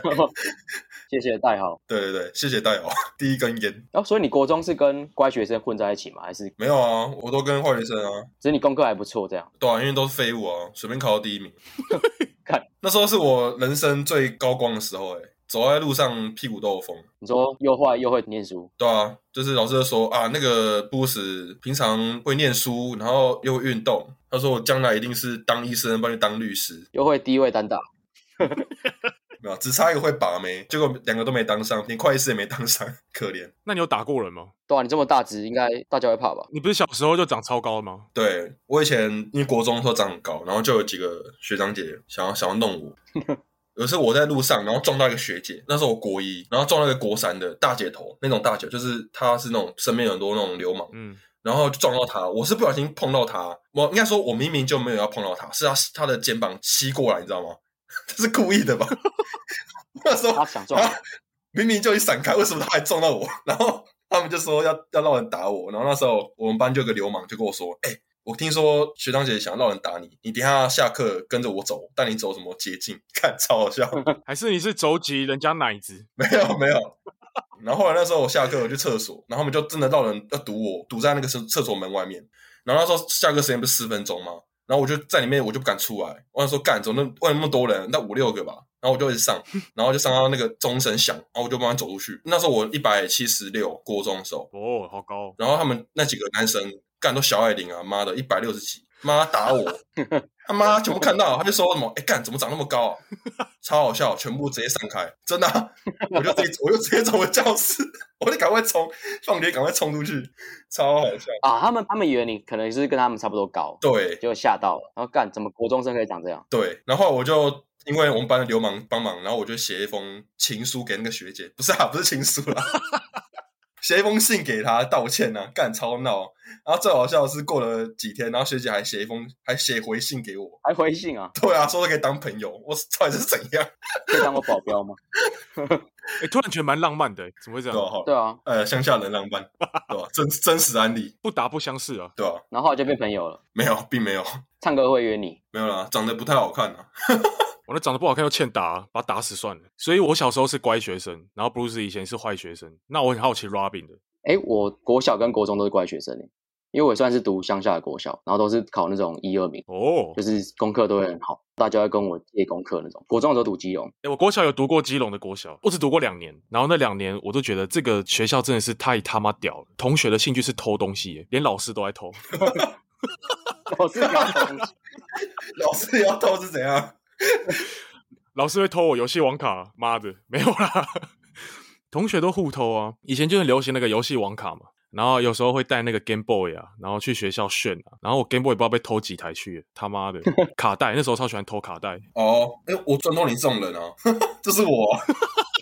Speaker 3: 谢谢代号。
Speaker 1: 对对对，谢谢戴哦。 第一根烟
Speaker 3: 然、哦、后，所以你国中是跟乖学生混在一起吗？还是
Speaker 1: 没有啊，我都跟坏学生啊，
Speaker 3: 只是你功课还不错这样？
Speaker 1: 对啊，因为都是废物啊，随便考到第一名
Speaker 3: 看。
Speaker 1: 那时候是我人生最高光的时候、欸，哎，走在路上屁股都有风。
Speaker 3: 你说又坏又会念书，
Speaker 1: 对啊，就是老师就说啊，那个布什平常会念书，然后又会运动。他说我将来一定是当医生，帮你当律师，
Speaker 3: 又会低位单打，
Speaker 1: 没有，只差一个会把妹，结果两个都没当上，连会计师也没当上，可怜。
Speaker 2: 那你有打过人吗？
Speaker 3: 对啊，你这么大只，应该大家会怕吧？
Speaker 2: 你不是小时候就长超高吗？
Speaker 1: 对我以前因为国中的时候长很高，然后就有几个学长姐想要想要弄我。有一次我在路上，然后撞到一个学姐，那时候我国一，然后撞到一个国三的大姐头，那种大姐就是她是那种身边有很多那种流氓，
Speaker 2: 嗯，
Speaker 1: 然后就撞到她，我是不小心碰到她，我应该说我明明就没有要碰到她，是她她的肩膀吸过来，你知道吗？ 这是故意的吧？ 那时候
Speaker 3: 他想撞
Speaker 1: 啊，明明就一闪开，为什么他还撞到我？然后他们就说要要让人打我，然后那时候我们班就有个流氓就跟我说：“哎、我听说学长姐想让人打你，你等一下下课跟着我走，带你走什么捷径？”看，超好笑，
Speaker 2: 还是你是肘击人家奶子？
Speaker 1: 没有没有。然后后来那时候我下课我去厕所，然后他们就真的让人要堵我，堵在那个厕厕所门外面。然后那时候下课时间不是十分钟吗？然后我就在里面，我就不敢出来。我想说，干，怎么那为什么那么多人？那五六个吧。然后我就一直上，然后就上到那个钟声响，然后我就慢慢走出去。那时候我一百七十六，国中的时候。
Speaker 2: 哦，好高哦，
Speaker 1: 然后他们那几个男生干都小矮龄啊，妈的，一百六十几，妈打我，他妈全部看到，他就说什么，哎干，怎么长那么高啊？超好笑，全部直接散开，真的啊、我就直接我就直接走回教室，我就赶快冲，放学赶快冲出去，超好笑。
Speaker 3: 啊！他们他们以为你可能是跟他们差不多高，
Speaker 1: 对
Speaker 3: 结果吓到了，然后干，怎么国中生可以长这样？
Speaker 1: 对，然后我就。因为我们班的流氓帮忙，然后我就写一封情书给那个学姐，不是啊，不是情书啦，写一封信给她道歉啊，干超闹。然后最好笑的是，过了几天，然后学姐还写一封，还写回信给我。
Speaker 3: 还回信啊？
Speaker 1: 对啊，说是可以当朋友，我到底是怎样？
Speaker 3: 可以当我保镖吗？
Speaker 2: 哎、突然觉得蛮浪漫的欸，怎么会这
Speaker 1: 对
Speaker 2: 样？
Speaker 1: 吧、好
Speaker 3: 对啊，
Speaker 1: 呃，乡下人浪漫，对吧、真真实案例，
Speaker 2: 不打不相识啊，
Speaker 1: 对吧、
Speaker 3: 然后后来就变朋友了，
Speaker 1: 没有，并没有，
Speaker 3: 唱歌会约你，
Speaker 1: 没有啦，长得不太好看啊。
Speaker 2: 我那长得不好看又欠打、啊把他打死算了。所以我小时候是乖学生，然后 Bruce 以前是坏学生。那我很好奇 Robin 的，
Speaker 3: 哎，我国小跟国中都是乖学生欸因为我也算是读乡下的国小，然后都是考那种一二名，
Speaker 2: 哦，
Speaker 3: 就是功课都会很好，大家会跟我借功课那种。国中的时候读基隆，
Speaker 2: 哎、我国小有读过基隆的国小，我只读过两年，然后那两年我都觉得这个学校真的是太他妈屌了。同学的兴趣是偷东西耶，连老师都在偷。
Speaker 3: 老师搞东西，
Speaker 1: 老师也要偷是怎样？
Speaker 2: 老师会偷我游戏网卡，妈的， 没有啦。同学都互偷啊，以前就很流行那个游戏网卡嘛，然后有时候会带那个 Game Boy 啊，然后去学校炫啊，然后我 Game Boy 不知道被偷几台去了，他妈的 卡带，那时候超喜欢偷卡带，
Speaker 1: 哦，哎、我转到你这种人啊， 就是我啊、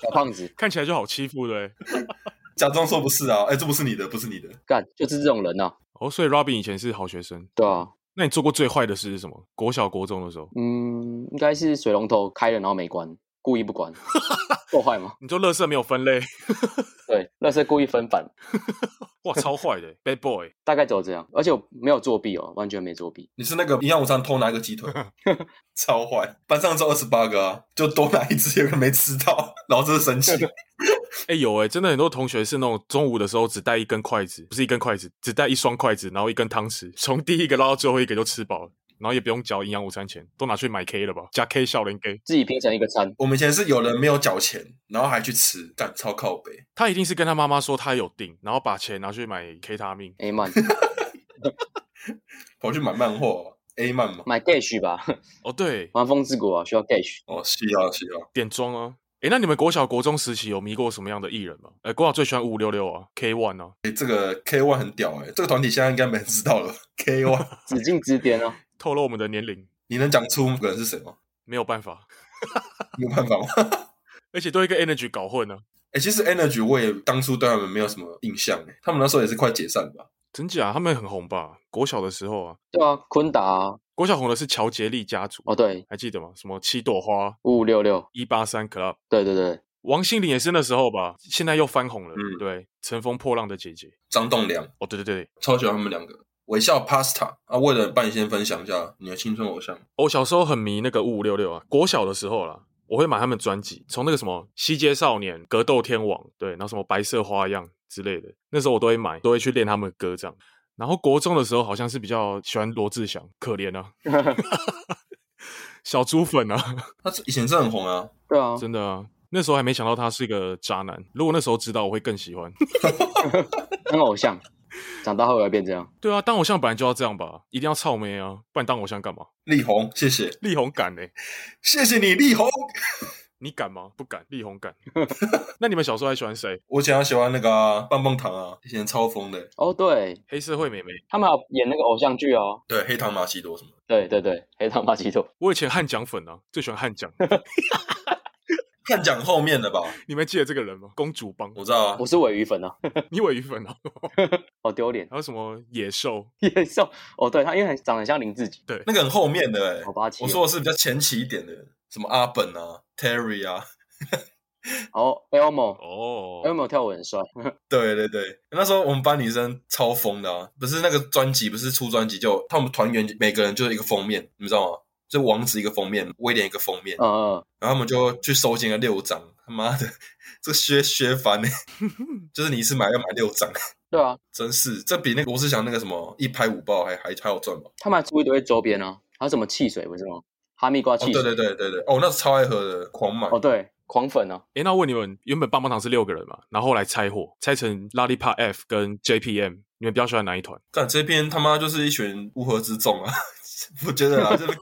Speaker 3: 小胖子，
Speaker 2: 看起来就好欺负的欸、
Speaker 1: 假装说不是啊，哎、这不是你的，不是你的。
Speaker 3: 干就是这种人呐、啊，
Speaker 2: 哦，所以 Robin 以前是好学生，
Speaker 3: 对啊，
Speaker 2: 那你做过最坏的事是什么？国小国中的时候，
Speaker 3: 嗯，应该是水龙头开了然后没关，故意不 关，够坏吗？
Speaker 2: 你做垃圾没有分类，
Speaker 3: 对，那是故意分版，
Speaker 2: 哇，超坏的欸、，Bad Boy，
Speaker 3: 大概只有这样，而且我没有作弊哦，完全没作弊。
Speaker 1: 你是那个营养午餐偷拿一个鸡腿，超坏。班上只有二十八个啊，就多拿一只，有人没吃到， 老师生气。
Speaker 2: 哎、有哎、真的很多同学是那种中午的时候只带一根筷子，不是一根筷子，只带一双筷子，然后一根汤匙，从第一个捞到最后一个就吃饱了，然后也不用交营养午餐钱，都拿去买 K 了吧？加 K 笑脸 K，
Speaker 3: 自己拼成一个餐，
Speaker 1: 我们以前是有人没有缴钱，然后还去吃，干超靠北。
Speaker 2: 他一定是跟他妈妈说他有订，然后把钱拿去买 K 他命。
Speaker 3: 哎慢，
Speaker 1: 跑去买漫画、A 啊漫嘛。
Speaker 3: 买 Gash 吧，
Speaker 2: 哦，对，
Speaker 3: 玩风之谷啊，需要 Gash。
Speaker 1: 哦，是啊是啊，
Speaker 2: 点妆哦。哎，那你们国小国中时期有迷过什么样的艺人吗？哎，国小最喜欢五六六啊，K One 啊，
Speaker 1: 哎、这个 K One 很屌哎、这个团体现在应该没人知道了。K One，
Speaker 3: 紫禁之巅啊，
Speaker 2: 透露我们的年龄，
Speaker 1: 你能讲出个人是谁吗？
Speaker 2: 没有办法，
Speaker 1: 没有办法吗？
Speaker 2: 而且都一个 Energy 搞混啊，
Speaker 1: 哎、其实 Energy 我也当初对他们没有什么印象哎、他们那时候也是快解散吧？
Speaker 2: 真假？他们很红吧？国小的时候啊，
Speaker 3: 对啊，昆达啊、
Speaker 2: 郭小红的是乔杰利家族，
Speaker 3: 哦，对，
Speaker 2: 还记得吗？什么七朵花、
Speaker 3: 五五六六，
Speaker 2: 一八三 club，
Speaker 3: 对对对，
Speaker 2: 王心凌也是那时候吧，现在又翻红了。
Speaker 1: 嗯
Speaker 2: 对，乘风破浪的姐姐。
Speaker 1: 张栋梁，
Speaker 2: 哦，对对对，
Speaker 1: 超喜欢他们两个。微笑 Pasta 啊，为了伴你先分享一下你的青春偶像，
Speaker 2: 我小时候很迷那个五五六六啊，国小的时候啦，我会买他们专辑，从那个什么《西街少年》《格斗天王》对，然后什么《白色花样》之类的，那时候我都会买，都会去练他们的歌这样。然后国中的时候好像是比较喜欢罗志祥，可怜啊，小猪粉啊，
Speaker 1: 他以前真的很红啊。
Speaker 3: 对啊，
Speaker 2: 真的啊。那时候还没想到他是个渣男，如果那时候知道，我会更喜欢。
Speaker 3: 当偶像，长大后来变这样，
Speaker 2: 对啊，当偶像本来就要这样吧，一定要操妹啊，不然当偶像干嘛？
Speaker 1: 力宏，谢谢，
Speaker 2: 力宏敢嘞、
Speaker 1: 谢谢你，力宏。
Speaker 2: 你敢吗？不敢，力 宏敢。那你们小时候还喜欢谁？
Speaker 1: 我以前喜欢那个啊、棒棒糖啊，以前超疯的，
Speaker 3: 哦，对
Speaker 2: 黑社会妹妹。
Speaker 3: 他们还有演那个偶像剧哦，
Speaker 1: 对，黑糖玛奇朵什么的。
Speaker 3: 对对对，黑糖玛奇朵，
Speaker 2: 我以前汉奖粉啊，最喜欢 汉奖。
Speaker 1: 看讲后面的吧，
Speaker 2: 你们记得这个人吗？公主帮，
Speaker 1: 我知道啊
Speaker 3: 我，是尾鱼粉啊，
Speaker 2: 你尾鱼粉啊，
Speaker 3: 好丢脸，哦
Speaker 2: 还有什么野兽？
Speaker 3: 野兽，哦，对他因为很长得很像林志杰，
Speaker 1: 那个很后面的哎、
Speaker 3: 好霸气哦，
Speaker 1: 我说的是比较前期一点的，什么阿本啊、Terry 啊，
Speaker 3: 哦，Elmo，Elmo
Speaker 2: 哦，
Speaker 3: 跳舞很帅，
Speaker 1: 对对对，那时候我们班女生超疯的啊！不是那个专辑，不是出专辑就他们团员每个人就是一个封面，你们知道吗？就王子一个封面，威廉一个封面，
Speaker 3: 嗯嗯，
Speaker 1: 然后他们就去收集了六张，他妈的，这削削翻呢、欸就是你一次买要买六张，
Speaker 3: 对啊，
Speaker 1: 真是这比那个罗志祥那个什么一拍五爆还还还有赚吧？
Speaker 3: 他们还出一堆周边啊，还有什么汽水不是吗？哈密瓜
Speaker 1: 哦，
Speaker 3: 汽
Speaker 1: 对对
Speaker 3: 水，
Speaker 1: 对对对，哦，那超爱喝的，狂买，
Speaker 3: 哦对，狂粉啊，
Speaker 2: 诶，那我问你们，原本棒棒糖是六个人嘛，然后后来拆伙，拆成 Lollipop F 跟 JPM，你们比较喜欢哪一团？
Speaker 1: 干这边他妈就是一群乌合之众啊！ 我觉得啊，就是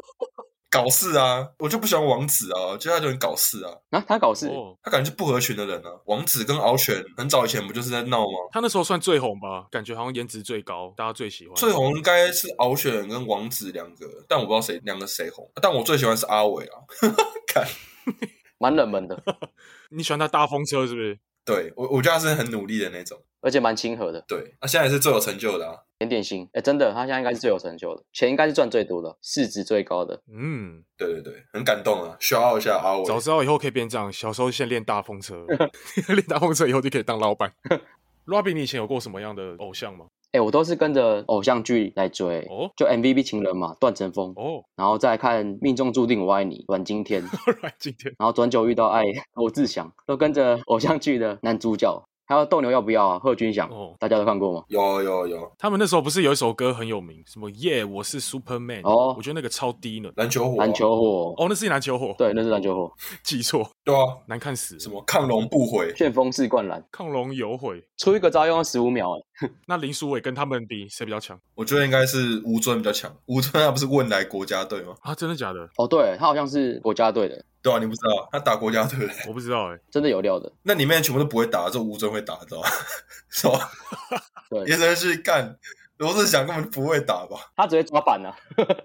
Speaker 1: 搞事啊，我就不喜欢王子啊，我觉得他就很搞事啊。
Speaker 3: 啊，他搞事，
Speaker 2: 哦，
Speaker 1: 他感觉是不合群的人啊。王子跟敖犬很早以前不就是在闹吗？
Speaker 2: 他那时候算最红吧，感觉好像颜值最高，大家最喜欢。
Speaker 1: 最红应该是敖犬跟王子两个，但我不知道谁两个谁红。但我最喜欢是阿伟啊，
Speaker 3: 蛮冷门的，
Speaker 2: 你喜欢他大风车是不是？
Speaker 1: 对我我觉得他是很努力的那种。
Speaker 3: 而且蛮亲和的，
Speaker 1: 对，他现在也是最有成就的啊。
Speaker 3: 甜点心，哎，真的，他现在应该是最有成就的，钱应该是赚最多的，市值最高的，
Speaker 2: 嗯，
Speaker 1: 对对对，很感动啊，需要一下阿伟。
Speaker 2: 早知道以后可以变这样，小时候先练大风车， 练大风车以后就可以当老板。Robin，你以前有过什么样的偶像吗？
Speaker 3: 哎，我都是跟着偶像剧来追，
Speaker 2: 哦
Speaker 3: 就 MVP 情人嘛，段成峰，
Speaker 2: 哦，
Speaker 3: 然后再看《命中注定我爱你》，阮经天，
Speaker 2: 来今天
Speaker 3: 然后转九遇到爱罗志祥，都跟着偶像剧的男主角，还有斗牛要不要啊？贺军翔，
Speaker 2: 哦
Speaker 3: 大家都看过吗？
Speaker 1: 有有有，
Speaker 2: 他们那时候不是有一首歌很有名，什么耶、我是 Superman，
Speaker 3: 哦
Speaker 2: 我觉得那个超低能。
Speaker 1: 篮球火、啊，
Speaker 3: 篮球火，
Speaker 2: 哦，那是篮球火，
Speaker 3: 对，那是篮球火，
Speaker 2: 记错，
Speaker 1: 对啊，
Speaker 2: 难看死了。
Speaker 1: 什么抗龙不悔，
Speaker 3: 旋风式灌篮，
Speaker 2: 亢龙有悔？
Speaker 3: 出一个招用十五秒、哎，
Speaker 2: 那林书伟跟他们比，谁比较强
Speaker 1: 我觉得应该是吴尊比较强。吴尊他不是汶莱国家队吗？
Speaker 2: 啊？真的假的？
Speaker 3: 哦，对他好像是国家队的，
Speaker 1: 对啊，你不知道他打国家队，
Speaker 2: 我不知道哎、
Speaker 3: 真的有料的，
Speaker 1: 那里面全部都不会打，这吴尊会打，知道吗？ 是吧？
Speaker 3: 对
Speaker 1: 延伸去干。罗志祥根本不会打吧？
Speaker 3: 他直接抓板了、啊，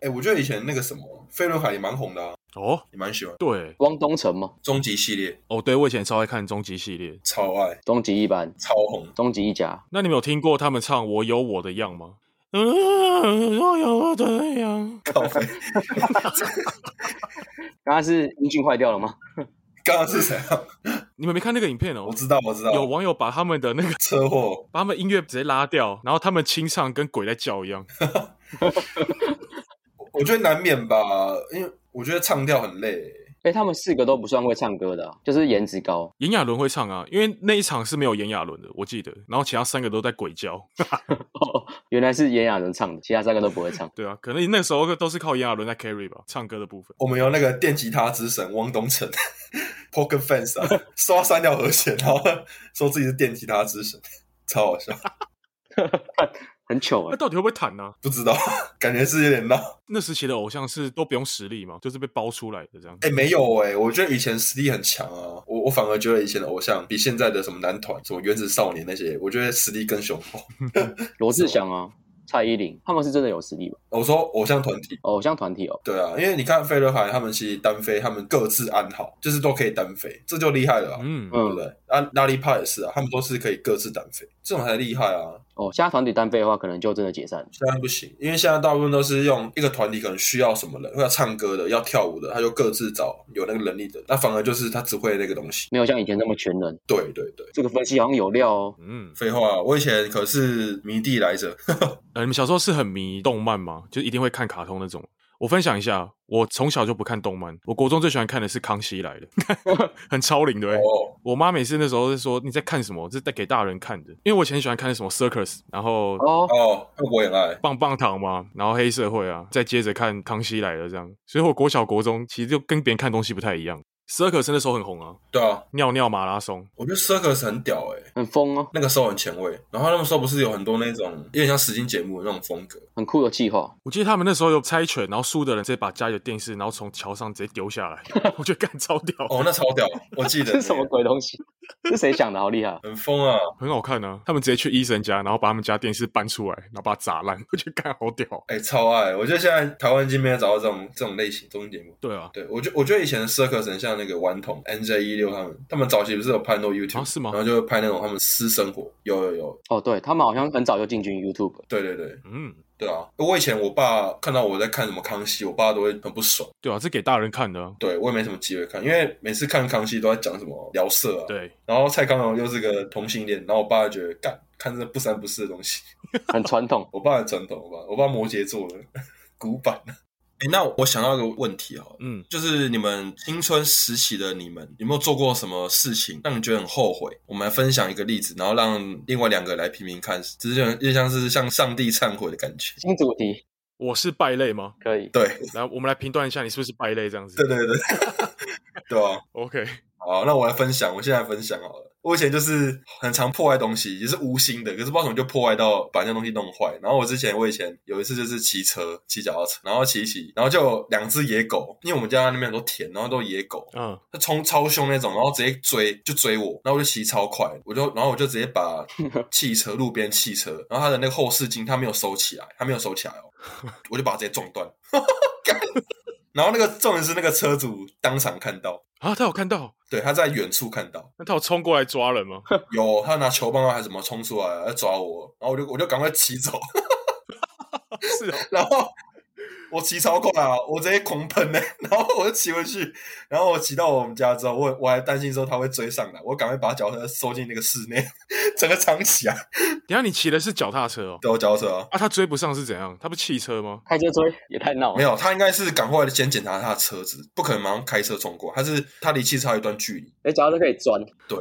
Speaker 1: 哎、我觉得以前那个什么飞轮海也蛮红的、啊，
Speaker 2: 哦，
Speaker 1: 也蛮喜欢。
Speaker 2: 对，
Speaker 3: 汪东城嘛，
Speaker 1: 终极系列
Speaker 2: 哦，对，我以前也超爱看终极系列。
Speaker 1: 超爱，
Speaker 3: 终极一班，
Speaker 1: 超红。
Speaker 3: 终极一家，
Speaker 2: 那你们有听过他们唱《我有我的样》吗？ 嗯，我有我的样。
Speaker 1: 靠背，
Speaker 3: 刚刚是英俊坏掉了吗？
Speaker 1: 刚刚是谁啊？
Speaker 2: 你们没看那个影片哦
Speaker 1: 我？知道，我知道，
Speaker 2: 有网友把他们的那个，，
Speaker 1: 车祸
Speaker 2: 把他们音乐直接拉掉，然后他们清唱跟鬼在叫一样。
Speaker 1: 我觉得难免吧，因为我觉得唱跳很累、
Speaker 3: 哎，他们四个都不算会唱歌的啊、就是颜值高，
Speaker 2: 炎亚纶会唱啊，因为那一场是没有炎亚纶的，我记得。然后其他三个都在鬼叫，
Speaker 3: 哦，原来是炎亚纶唱的，其他三个都不会唱。
Speaker 2: 对啊，可能那时候都是靠炎亚纶在 carry 吧，唱歌的部分。
Speaker 1: 我们有那个电吉他之神汪东城 ，Poker Fans 啊，刷三条和弦，然后说自己是电吉他之神，超好笑。
Speaker 3: 很糗
Speaker 2: 那
Speaker 3: 哎、
Speaker 2: 到底会不会弹呢、
Speaker 1: 不知道， 感觉是有点闹。
Speaker 2: 那时期的偶像是都不用实力嘛，就是被包出来的这样。
Speaker 1: 哎、没有哎、我觉得以前实力很强啊，我我反而觉得以前的偶像比现在的什么男团、什么原子少年那些，我觉得实力更雄厚。
Speaker 3: 罗志祥啊，蔡依林，他们是真的有实力吧？
Speaker 1: 我说偶像团体，
Speaker 3: 偶像团体哦，
Speaker 1: 对啊，因为你看飞轮海他们其实单飞，他们各自安好，就是都可以单飞，这就厉害了啊、
Speaker 2: 嗯，
Speaker 1: 对不
Speaker 3: 嗯，
Speaker 1: 对？啊，拉力帕也是啊，他们都是可以各自单飞，这种才厉害啊！
Speaker 3: 哦，现在团体单飞的话，可能就真的解散了。
Speaker 1: 现在不行，因为现在大部分都是用一个团体可能需要什么人，或者唱歌的、要跳舞的，他就各自找有那个能力的，那反而就是他只会那个东西。
Speaker 3: 没有像以前那么全能，
Speaker 1: 对对对，
Speaker 3: 这个分析好像有料哦。
Speaker 2: 嗯，
Speaker 1: 废话，啊我以前可是迷弟来着，
Speaker 2: 呃，你们小时候是很迷动漫吗？就一定会看卡通那种？我分享一下，我从小就不看动漫，我国中最喜欢看的是《康熙来了》， 很超龄的、欸。
Speaker 1: 哦，
Speaker 2: 我妈每次那时候是说你在看什么，这是在给大人看的，因为我以前喜欢看什么 circus，然后
Speaker 3: 哦，
Speaker 1: 哦，那我也爱。
Speaker 2: 棒棒糖嘛，然后黑社会啊，再接着看康熙来了这样，所以我国小国中其实就跟别人看东西不太一样。circus 那时候很红啊，
Speaker 1: 对啊，
Speaker 2: 尿尿马拉松，
Speaker 1: 我觉得 circus 很屌哎、
Speaker 3: 很疯哦，
Speaker 1: 那个时候很前卫。然后那个时候不是有很多那种有点像实境节目的那种风格，
Speaker 3: 很酷的计划。
Speaker 2: 我记得他们那时候有猜拳，然后输的人直接把家里的电视，然后从桥上直接丢下来，我觉得干超屌，
Speaker 1: 哦，那超屌，我记得
Speaker 3: 这是什么鬼东西？这谁想的？好厉害！
Speaker 1: 很疯啊！
Speaker 2: 很好看啊。他们直接去医生家，然后把他们家电视搬出来，然后把它砸烂，我觉得干好屌。
Speaker 1: 哎、超爱！我觉得现在台湾已经没有找到这种这种类型综艺节目。
Speaker 2: 对啊，
Speaker 1: 对我觉我觉得以前的 circus 很像那个顽童 NJ 一六他们，他们早期不是有拍很多 YouTube，、
Speaker 2: 啊是吗
Speaker 1: 然后就会拍那种他们私生活，有有有，
Speaker 3: 哦，对他们好像很早就进军 YouTube 了。
Speaker 1: 对对对
Speaker 2: 嗯，
Speaker 1: 对啊！我以前我爸看到我在看什么康熙，我爸都会很不爽，
Speaker 2: 对啊，这给大人看的、啊。
Speaker 1: 对我也没什么机会看，因为每次看康熙都在讲什么聊色啊，
Speaker 2: 对，
Speaker 1: 然后蔡康永又是个同性恋，然后我爸就觉得干看这不三不四的东西，。
Speaker 3: 很传统
Speaker 1: 我爸很传统，我爸我爸摩羯座的， 古板。哎、那我想到一个问题哈，
Speaker 2: 嗯，
Speaker 1: 就是你们青春时期的你们有没有做过什么事情让你觉得很后悔？我们来分享一个例子，然后让另外两个来评评看，只是有点像是向上帝忏悔的感觉。
Speaker 3: 新主题
Speaker 2: 我是败类吗？
Speaker 3: 可以，
Speaker 1: 对，
Speaker 2: 来，我们来评断一下你是不是败类这样子。
Speaker 1: 对对 对，对啊。
Speaker 2: OK，
Speaker 1: 好，那我来分享，我现在来分享好了。我以前就是很常破坏东西，也是无心的，可是不知道怎么就破坏到把那东西弄坏。然后我之前我以前有一次就是骑车，骑脚踏车，然后骑一骑，然后就有两只野狗，因为我们家那边很多田，然后都有野狗，
Speaker 2: 嗯，
Speaker 1: 它冲超凶那种，然后直接追就追我，然后我就骑超快，我就然后我就直接把汽车路边汽车，然后它的那个后视镜它没有收起来，它没有收起来哦，我就把它直接撞断， 干然后那个重点是那个车主当场看到，
Speaker 2: 啊，他有看到，
Speaker 1: 对，他在远处看到，
Speaker 2: 那他有冲过来抓人吗？
Speaker 1: 有他拿球棒啊还是什么冲出来来抓我，然后我就我就赶快骑走，
Speaker 2: 是哦，
Speaker 1: 然后我骑超快啊，我直接狂喷呢、 然后我就骑回去，然后我骑到我们家之后，我我还担心说他会追上来，我赶快把脚踏车收进那个室内， 整个藏起来。
Speaker 2: 等一下你骑的是脚踏车哦，
Speaker 1: 对，我脚踏车啊，
Speaker 2: 啊，他追不上是怎样？他不汽车吗？
Speaker 3: 开车追也太闹
Speaker 1: 没
Speaker 3: 了。
Speaker 1: 有，他应该是赶快先检查他的车子，不可能马上开车冲过，他是他离汽车还有一段距离。
Speaker 3: 哎，脚踏车可以钻，
Speaker 1: 对，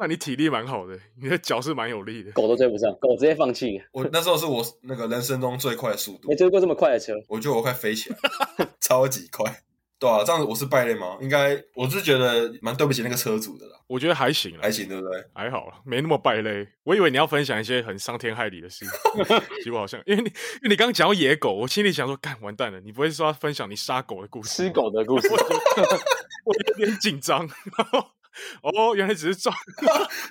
Speaker 2: 那你体力蛮好的，你的脚是蛮有力的。
Speaker 3: 狗都追不上，狗直接放弃了。
Speaker 1: 我那时候是我那个人生中最快的速度
Speaker 3: 没，追过这么快的车，
Speaker 1: 我觉得我快飞起来， 超级快。对啊，这样子我是败类吗？应该我是觉得蛮对不起那个车主的啦，
Speaker 2: 我觉得还行啦
Speaker 1: 还，行，对不对？
Speaker 2: 还好啦，没那么败类。我以为你要分享一些很伤天害理的事， 结果好像因为你因为你刚刚讲到野狗，我心里想说，干完蛋了，你不会说要分享你杀狗的故事？
Speaker 3: 吃，狗的故 事。
Speaker 2: 我有点紧张。然后哦，原来只是撞，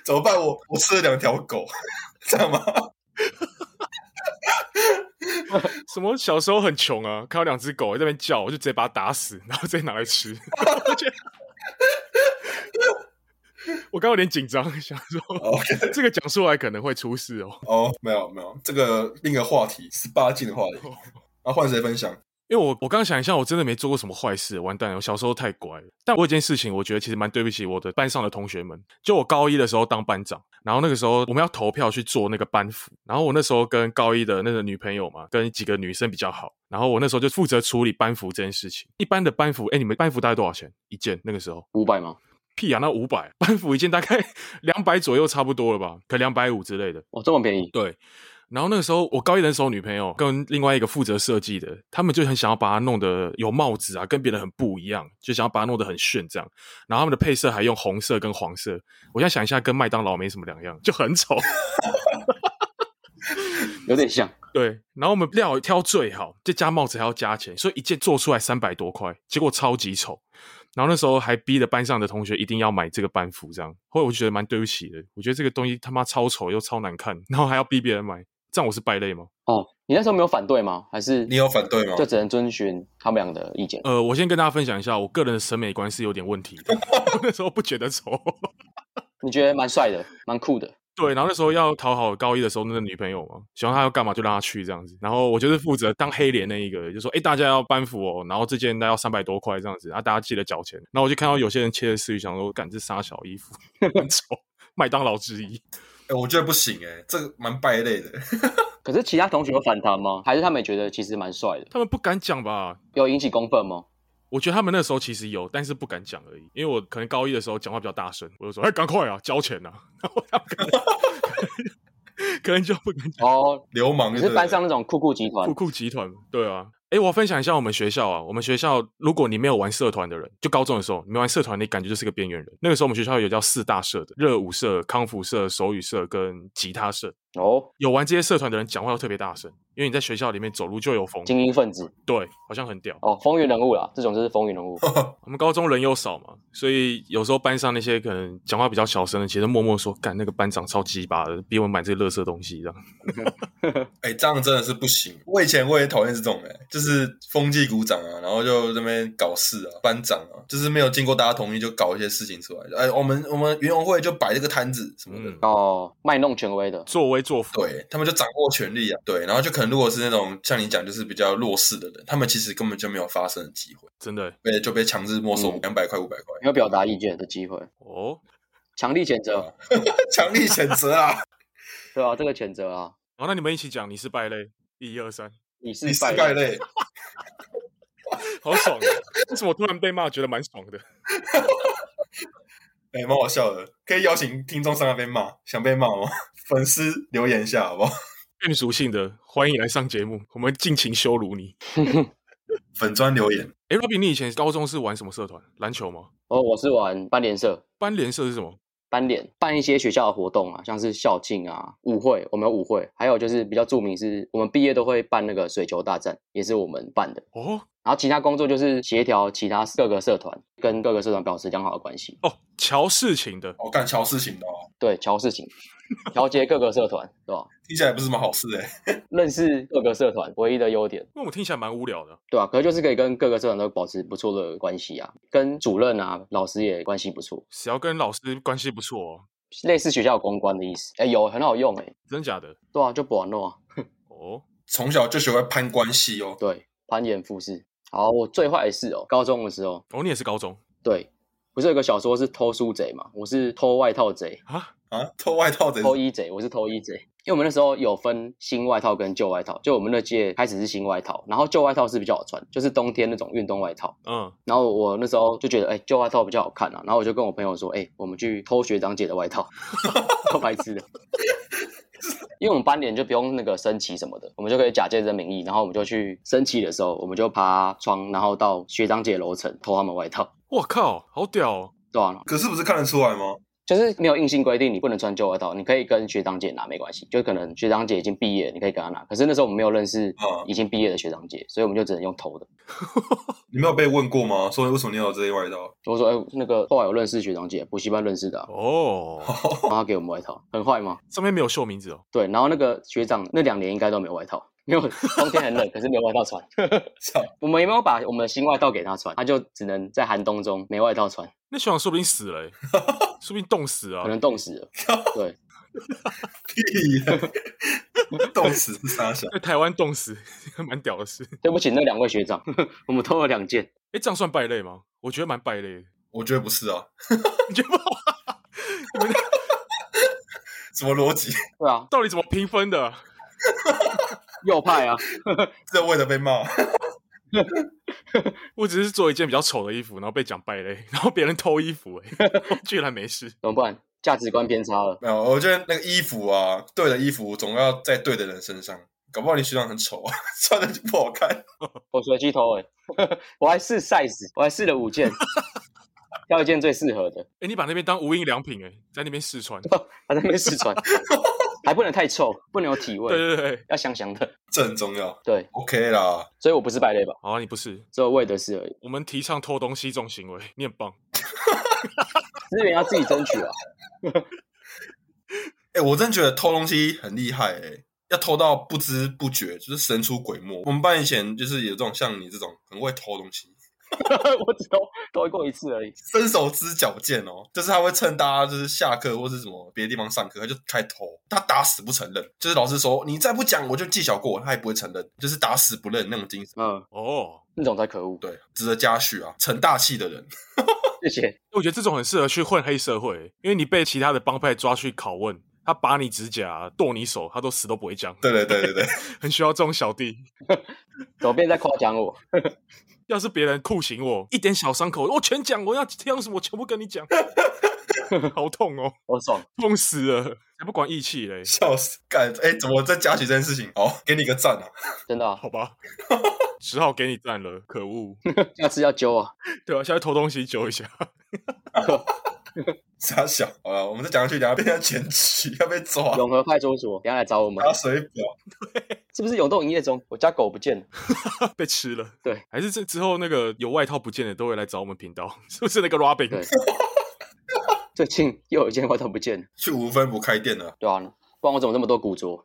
Speaker 1: 怎么办？我我吃了两条狗，这样吗？
Speaker 2: 什么小时候很穷啊，看到两只狗在那边叫，我就直接把它打死，然后直接拿来吃。 我觉得我刚刚有点紧张，想说
Speaker 1: 哦
Speaker 2: 这个讲出来可能会出事哦。
Speaker 1: 哦，没有没有，这个另一个话题，十八禁的话题。啊，换谁分享？
Speaker 2: 因为我我刚想一下，我真的没做过什么坏事，完蛋了！我小时候太乖了。但我有一件事情，我觉得其实蛮对不起我的班上的同学们。就我高一的时候当班长，然后那个时候我们要投票去做那个班服，然后我那时候跟高一的那个女朋友嘛，跟几个女生比较好，然后我那时候就负责处理班服这件事情。一般的班服，哎，你们班服大概多少钱一件？那个时候
Speaker 3: 五百吗？
Speaker 2: 屁啊，那五百班服一件大概 两百左右，差不多了吧？可两百五之类的。
Speaker 3: 哦，这么便宜，
Speaker 2: 对。然后那个时候，我高一的时候，女朋友跟另外一个负责设计的，他们就很想要把它弄得有帽子啊，跟别人很不一样，就想要把它弄得很炫这样。然后他们的配色还用红色跟黄色，我现在想一下，跟麦当劳没什么两样，就很丑。
Speaker 3: 有点像。
Speaker 2: 对，然后我们料挑最好，再加帽子还要加钱，所以一件做出来三百多块，结果超级丑。然后那时候还逼着班上的同学一定要买这个班服，这样，后来我就觉得蛮对不起的。我觉得这个东西他妈超丑又超难看，然后还要逼别人买，这样我是败类吗？
Speaker 3: 哦，你那时候没有反对吗？还是
Speaker 1: 你有反对吗
Speaker 3: 就？只能遵循他们俩的意见。
Speaker 2: 呃，我先跟大家分享一下，我个人的审美观是有点问题的。我那时候不觉得丑，
Speaker 3: 你觉得蛮帅的，蛮酷的。
Speaker 2: 对，然后那时候要讨好高一的时候那个女朋友嘛，喜欢她要干嘛就让她去这样子。然后我就是负责当黑脸那一个，就说哎、诶大家要班服哦，然后这件大概要三百多块这样子，啊大家记得缴钱。然后我就看到有些人窃窃私语，想说干这傻小衣服很丑，麦当劳之一。
Speaker 1: 哎、我觉得不行哎、这个蛮败类的。
Speaker 3: 可是其他同学有反弹吗？还是他们也觉得其实蛮帅的？
Speaker 2: 他们不敢讲吧？
Speaker 3: 有引起公愤吗？
Speaker 2: 我觉得他们那时候其实有，但是不敢讲而已，因为我可能高一的时候讲话比较大声，我就说：“哎、赶快啊，交钱啊！” 然后他们可能可能就 不敢讲。
Speaker 3: 哦，
Speaker 1: 流氓
Speaker 3: 你
Speaker 1: 就是对
Speaker 3: 班
Speaker 1: 了
Speaker 3: 上那种酷酷集团
Speaker 2: 酷，酷集团，对啊。哎，我分享一下我们学校啊，我们学校如果你没有玩社团的人，就高中的时候，你没玩社团，你感觉就是个边缘人。那个时候我们学校有叫四大社的，热舞社、康复社、手语社跟吉他社。
Speaker 3: 哦，
Speaker 2: 有玩这些社团的人讲话都特别大声，因为你在学校里面走路就有风，
Speaker 3: 精英分子，
Speaker 2: 对，好像很屌。
Speaker 3: 哦，风云人物啦，这种就是风云人物。
Speaker 2: 我们高中人又少嘛，所以有时候班上那些可能讲话比较小声的，其实默默说：“干那个班长超鸡巴的，逼我们买这些垃圾东西。”这样，
Speaker 1: 哎、这样真的是不行。我以前我也讨厌这种哎、就是风纪股长啊，然后就这边搞事啊，班长啊，就是没有经过大家同意就搞一些事情出来。哎、我们我们园游会就摆这个摊子什么的，
Speaker 2: 嗯，
Speaker 3: 哦，卖弄权威的，
Speaker 2: 作威作福，
Speaker 1: 对他们就掌握权力啊，对，然后就可能如果是那种像你讲就是比较弱势的人，他们其实根本就没有发声的机会，
Speaker 2: 真的
Speaker 1: 被就被强制没收
Speaker 3: 嗯
Speaker 1: 两百块五百块，
Speaker 3: 没有表达意见的机会，
Speaker 2: 哦。
Speaker 3: 强力谴
Speaker 1: 哦
Speaker 3: 责，
Speaker 1: 强力谴责 啊！
Speaker 3: 对啊，这个谴责啊，
Speaker 2: 好，那你们一起讲，你是败类，一二三，
Speaker 3: 你是
Speaker 1: 你是败
Speaker 3: 败类，
Speaker 1: 类，
Speaker 2: 好爽、 啊！为什么我突然被骂，觉得蛮爽的？
Speaker 1: 哎、蛮好笑的，可以邀请听众上来被骂，想被骂吗？ 粉丝留言一下好不 好？
Speaker 2: 变属性的，欢迎来上节目，我们尽情羞辱你。
Speaker 1: 粉砖留言，
Speaker 2: 哎、r o b b y 你以前高中是玩什么社团？篮球吗？
Speaker 3: 哦，我是玩班联社。
Speaker 2: 班联社是什么？
Speaker 3: 班联办一些学校的活动啊，像是校庆啊、舞会，我们有舞会，还有就是比较著名是，我们毕业都会办那个水球大战，也是我们办的。
Speaker 2: 哦
Speaker 3: 然后其他工作就是协调其他各个社团，跟各个社团保持良好的关系，
Speaker 2: 哦，乔事情的，
Speaker 1: 我、哦、干乔事情的、哦，
Speaker 3: 对，调事情，调节各个社团，对吧？
Speaker 1: 听起来不是什么好事哎、
Speaker 3: 认识各个社团唯一的优点，
Speaker 2: 因为我听起来蛮无聊的。
Speaker 3: 对吧、可是就是可以跟各个社团都保持不错的关系啊，跟主任啊、老师也关系不错，
Speaker 2: 只要跟老师关系不错、哦，
Speaker 3: 类似学校公关的意思。哎，有很好用哎、
Speaker 2: 真假的？
Speaker 3: 对啊，就不玩弄啊。
Speaker 2: 哦，
Speaker 1: 从小就学会攀关系哦。
Speaker 3: 对，攀岩附势。好，我最坏的是哦，高中的时候，
Speaker 2: 哦，你也是高中
Speaker 3: 对，不是有个小说是偷书贼嘛？我是偷外套贼，
Speaker 2: 啊？
Speaker 1: 啊，偷外套贼，
Speaker 3: 偷衣贼，我是偷衣贼。因为我们那时候有分新外套跟旧外套，就我们那届开始是新外套，然后旧外套是比较好穿，就是冬天那种运动外套。
Speaker 2: 嗯，
Speaker 3: 然后我那时候就觉得，哎、旧外套比较好看啊。然后我就跟我朋友说，哎、我们去偷学长姐的外套，超白痴的。因为我们班联就不用那个升旗什么的，我们就可以假借这名义，然后我们就去升旗的时候，我们就爬窗，然后到学长姐楼层偷他们外套，
Speaker 2: 我靠，好屌、哦！
Speaker 3: 对吧、
Speaker 1: 可是不是看得出来吗？
Speaker 3: 就是没有硬性规定你不能穿旧外套，你可以跟学长姐拿没关系，就可能学长姐已经毕业，你可以跟她拿。可是那时候我们没有认识
Speaker 1: 嗯
Speaker 3: 已经毕业的学长姐，所以我们就只能用偷的。
Speaker 1: 你没有被问过吗？说为什么你有这些外套？
Speaker 3: 我说，哎、那个后来有认识学长姐，补习班认识的、啊，
Speaker 2: 哦，
Speaker 3: 然后她给我们外套，很坏吗？
Speaker 2: 上面没有秀名字哦。
Speaker 3: 对，然后那个学长那两年应该都没有外套，没有冬天很冷，可是没有外套穿。
Speaker 1: 操，
Speaker 3: 我们也没有把我们的新外套给他穿，他就只能在寒冬中没外套穿，
Speaker 2: 那学长说不定死了欸、说不定冻死啊
Speaker 3: 可。能冻死 了。对，
Speaker 1: 屁呀！ 冻死是傻小，
Speaker 2: 在台湾冻死， 蛮屌的事。
Speaker 3: 对不起那两位学长， 我们偷了两件。
Speaker 2: 哎、这样算败类吗？我觉得蛮败类的。
Speaker 1: 我觉得不是啊，
Speaker 2: 你觉得不好啊？
Speaker 1: 什么逻辑？
Speaker 3: 对啊，
Speaker 2: 到底怎么评分的 啊？
Speaker 3: 右派啊，
Speaker 1: 这为了被骂，
Speaker 2: 我只是做一件比较丑的衣服，然后被讲败类， 然后别人偷衣服、哎， 居然没事。
Speaker 3: 怎么办？价值观偏差了。
Speaker 1: 没有，我觉得那个衣服啊，对的衣服总要在对的人身上。搞不好你学长很丑啊， 穿的就不好看。
Speaker 3: 我随机偷哎、 我还试 size，我还试了五件，挑一件最适合的，
Speaker 2: 哎、你把那边当无印良品、哎，在那边试穿。对
Speaker 3: 还在那边试穿，还不能太臭，不能有体味，
Speaker 2: 对对，
Speaker 3: 要香香的。
Speaker 1: 这很重要。
Speaker 3: 对，
Speaker 1: OK 啦，
Speaker 3: 所以我不是败类吧？
Speaker 2: 好、啊，你不是，
Speaker 3: 只有魏德是而已。
Speaker 2: 我们提倡偷东西这种行为，你很棒。
Speaker 3: 资源要自己争取啊。
Speaker 1: 欸哎、我真觉得偷东西很厉害哎、要偷到不知不觉，就是神出鬼没。我们班以前就是有这种像你这种很会偷东西，
Speaker 3: 我只偷偷过一次而已。
Speaker 1: 身手之矫健哦，就是他会趁大家就是下课或是什么别的地方上课，他就开始偷，他打死不承认。就是老师说你再不讲我就记小过，他也不会承认，就是打死不认那种精神。
Speaker 3: 嗯，
Speaker 2: 哦，
Speaker 3: 那种才可恶。
Speaker 1: 对，值得嘉许啊，成大器的人。
Speaker 3: 谢谢。
Speaker 2: 我觉得这种很适合去混黑社会，因为你被其他的帮派抓去拷问，他拔你指甲、剁你手，他都死都不会讲，
Speaker 1: 对对对对 对，
Speaker 2: 很需要这种小弟。
Speaker 3: 怎么变在夸奖我？
Speaker 2: 要是别人酷刑我一点小伤口，我全讲，我要这样什么我全部跟你讲，好痛哦，
Speaker 3: 我爽。
Speaker 2: 痛死了，才不管义气嘞，
Speaker 1: 笑死！干，哎，怎么在嘉许这件事情？好，给你个赞啊！
Speaker 3: 真 的、啊，
Speaker 2: 好吧，只好给你赞了，可恶，
Speaker 3: 下次要揪啊！
Speaker 2: 对吧、啊？下去偷东西揪一下，
Speaker 1: 傻小，好了，我们再讲下去，等下变成前妻，要被 抓，
Speaker 3: 永和派出所，等一下来找我们
Speaker 1: 打，水表。
Speaker 3: 是不是永动营业中？我家狗不见了，
Speaker 2: 被吃了。
Speaker 3: 对，
Speaker 2: 还是这之后那个有外套不见的都会来找我们频道， 是不是那个 Robin？
Speaker 3: 对最近又有一件外套不见了，
Speaker 1: 去五分不开店了，
Speaker 3: 对啊，不然我怎么这么多古着？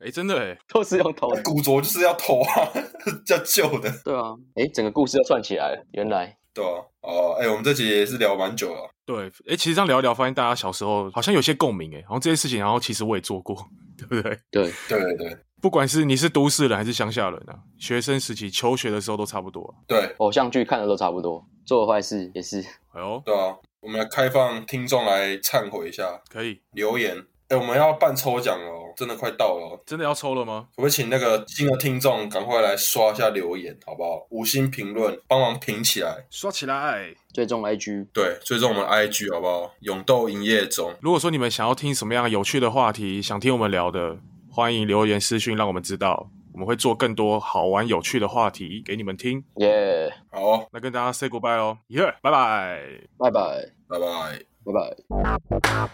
Speaker 2: 哎、真的哎，
Speaker 3: 都是用偷的。
Speaker 1: 古着就是要偷啊， 叫旧的，
Speaker 3: 对啊，诶，整个故事都串起来了。原来
Speaker 1: 对啊，哦，哎，我们这集也是聊蛮久了，
Speaker 2: 对，哎、其实这样聊一聊，发现大家小时候好像有些共鸣哎，好像这些事情，然后其实我也做过， 对不对？
Speaker 3: 对，
Speaker 1: 对对对
Speaker 2: 不管是你是都市人还是乡下人啊，学生时期求学的时候都差不多、啊
Speaker 1: 对
Speaker 3: 偶像剧看的都差不多，做的坏事也是。
Speaker 2: 哎呦，
Speaker 1: 对啊，我们来开放听众来忏悔一下
Speaker 2: 可以，
Speaker 1: 留言。哎，我们要办抽奖哦，真的快到了哦，
Speaker 2: 真的要抽了吗？
Speaker 1: 可不可以请那个新的听众赶快来刷一下留言，好不好？五星评论，帮忙评起来。
Speaker 2: 刷起来！
Speaker 3: 最终 IG
Speaker 1: 对，追踪我们 IG 好不好？永斗营业中，
Speaker 2: 如果说你们想要听什么样有趣的话题，想听我们聊的，欢迎留言私讯让我们知道，我们会做更多好玩有趣的话题给你们听。
Speaker 3: 耶，
Speaker 1: 好哦，
Speaker 2: 那跟大家 say goodbye 喽，耶、拜拜。
Speaker 3: 拜拜，
Speaker 1: 拜拜。
Speaker 3: 拜拜。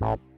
Speaker 4: Bye.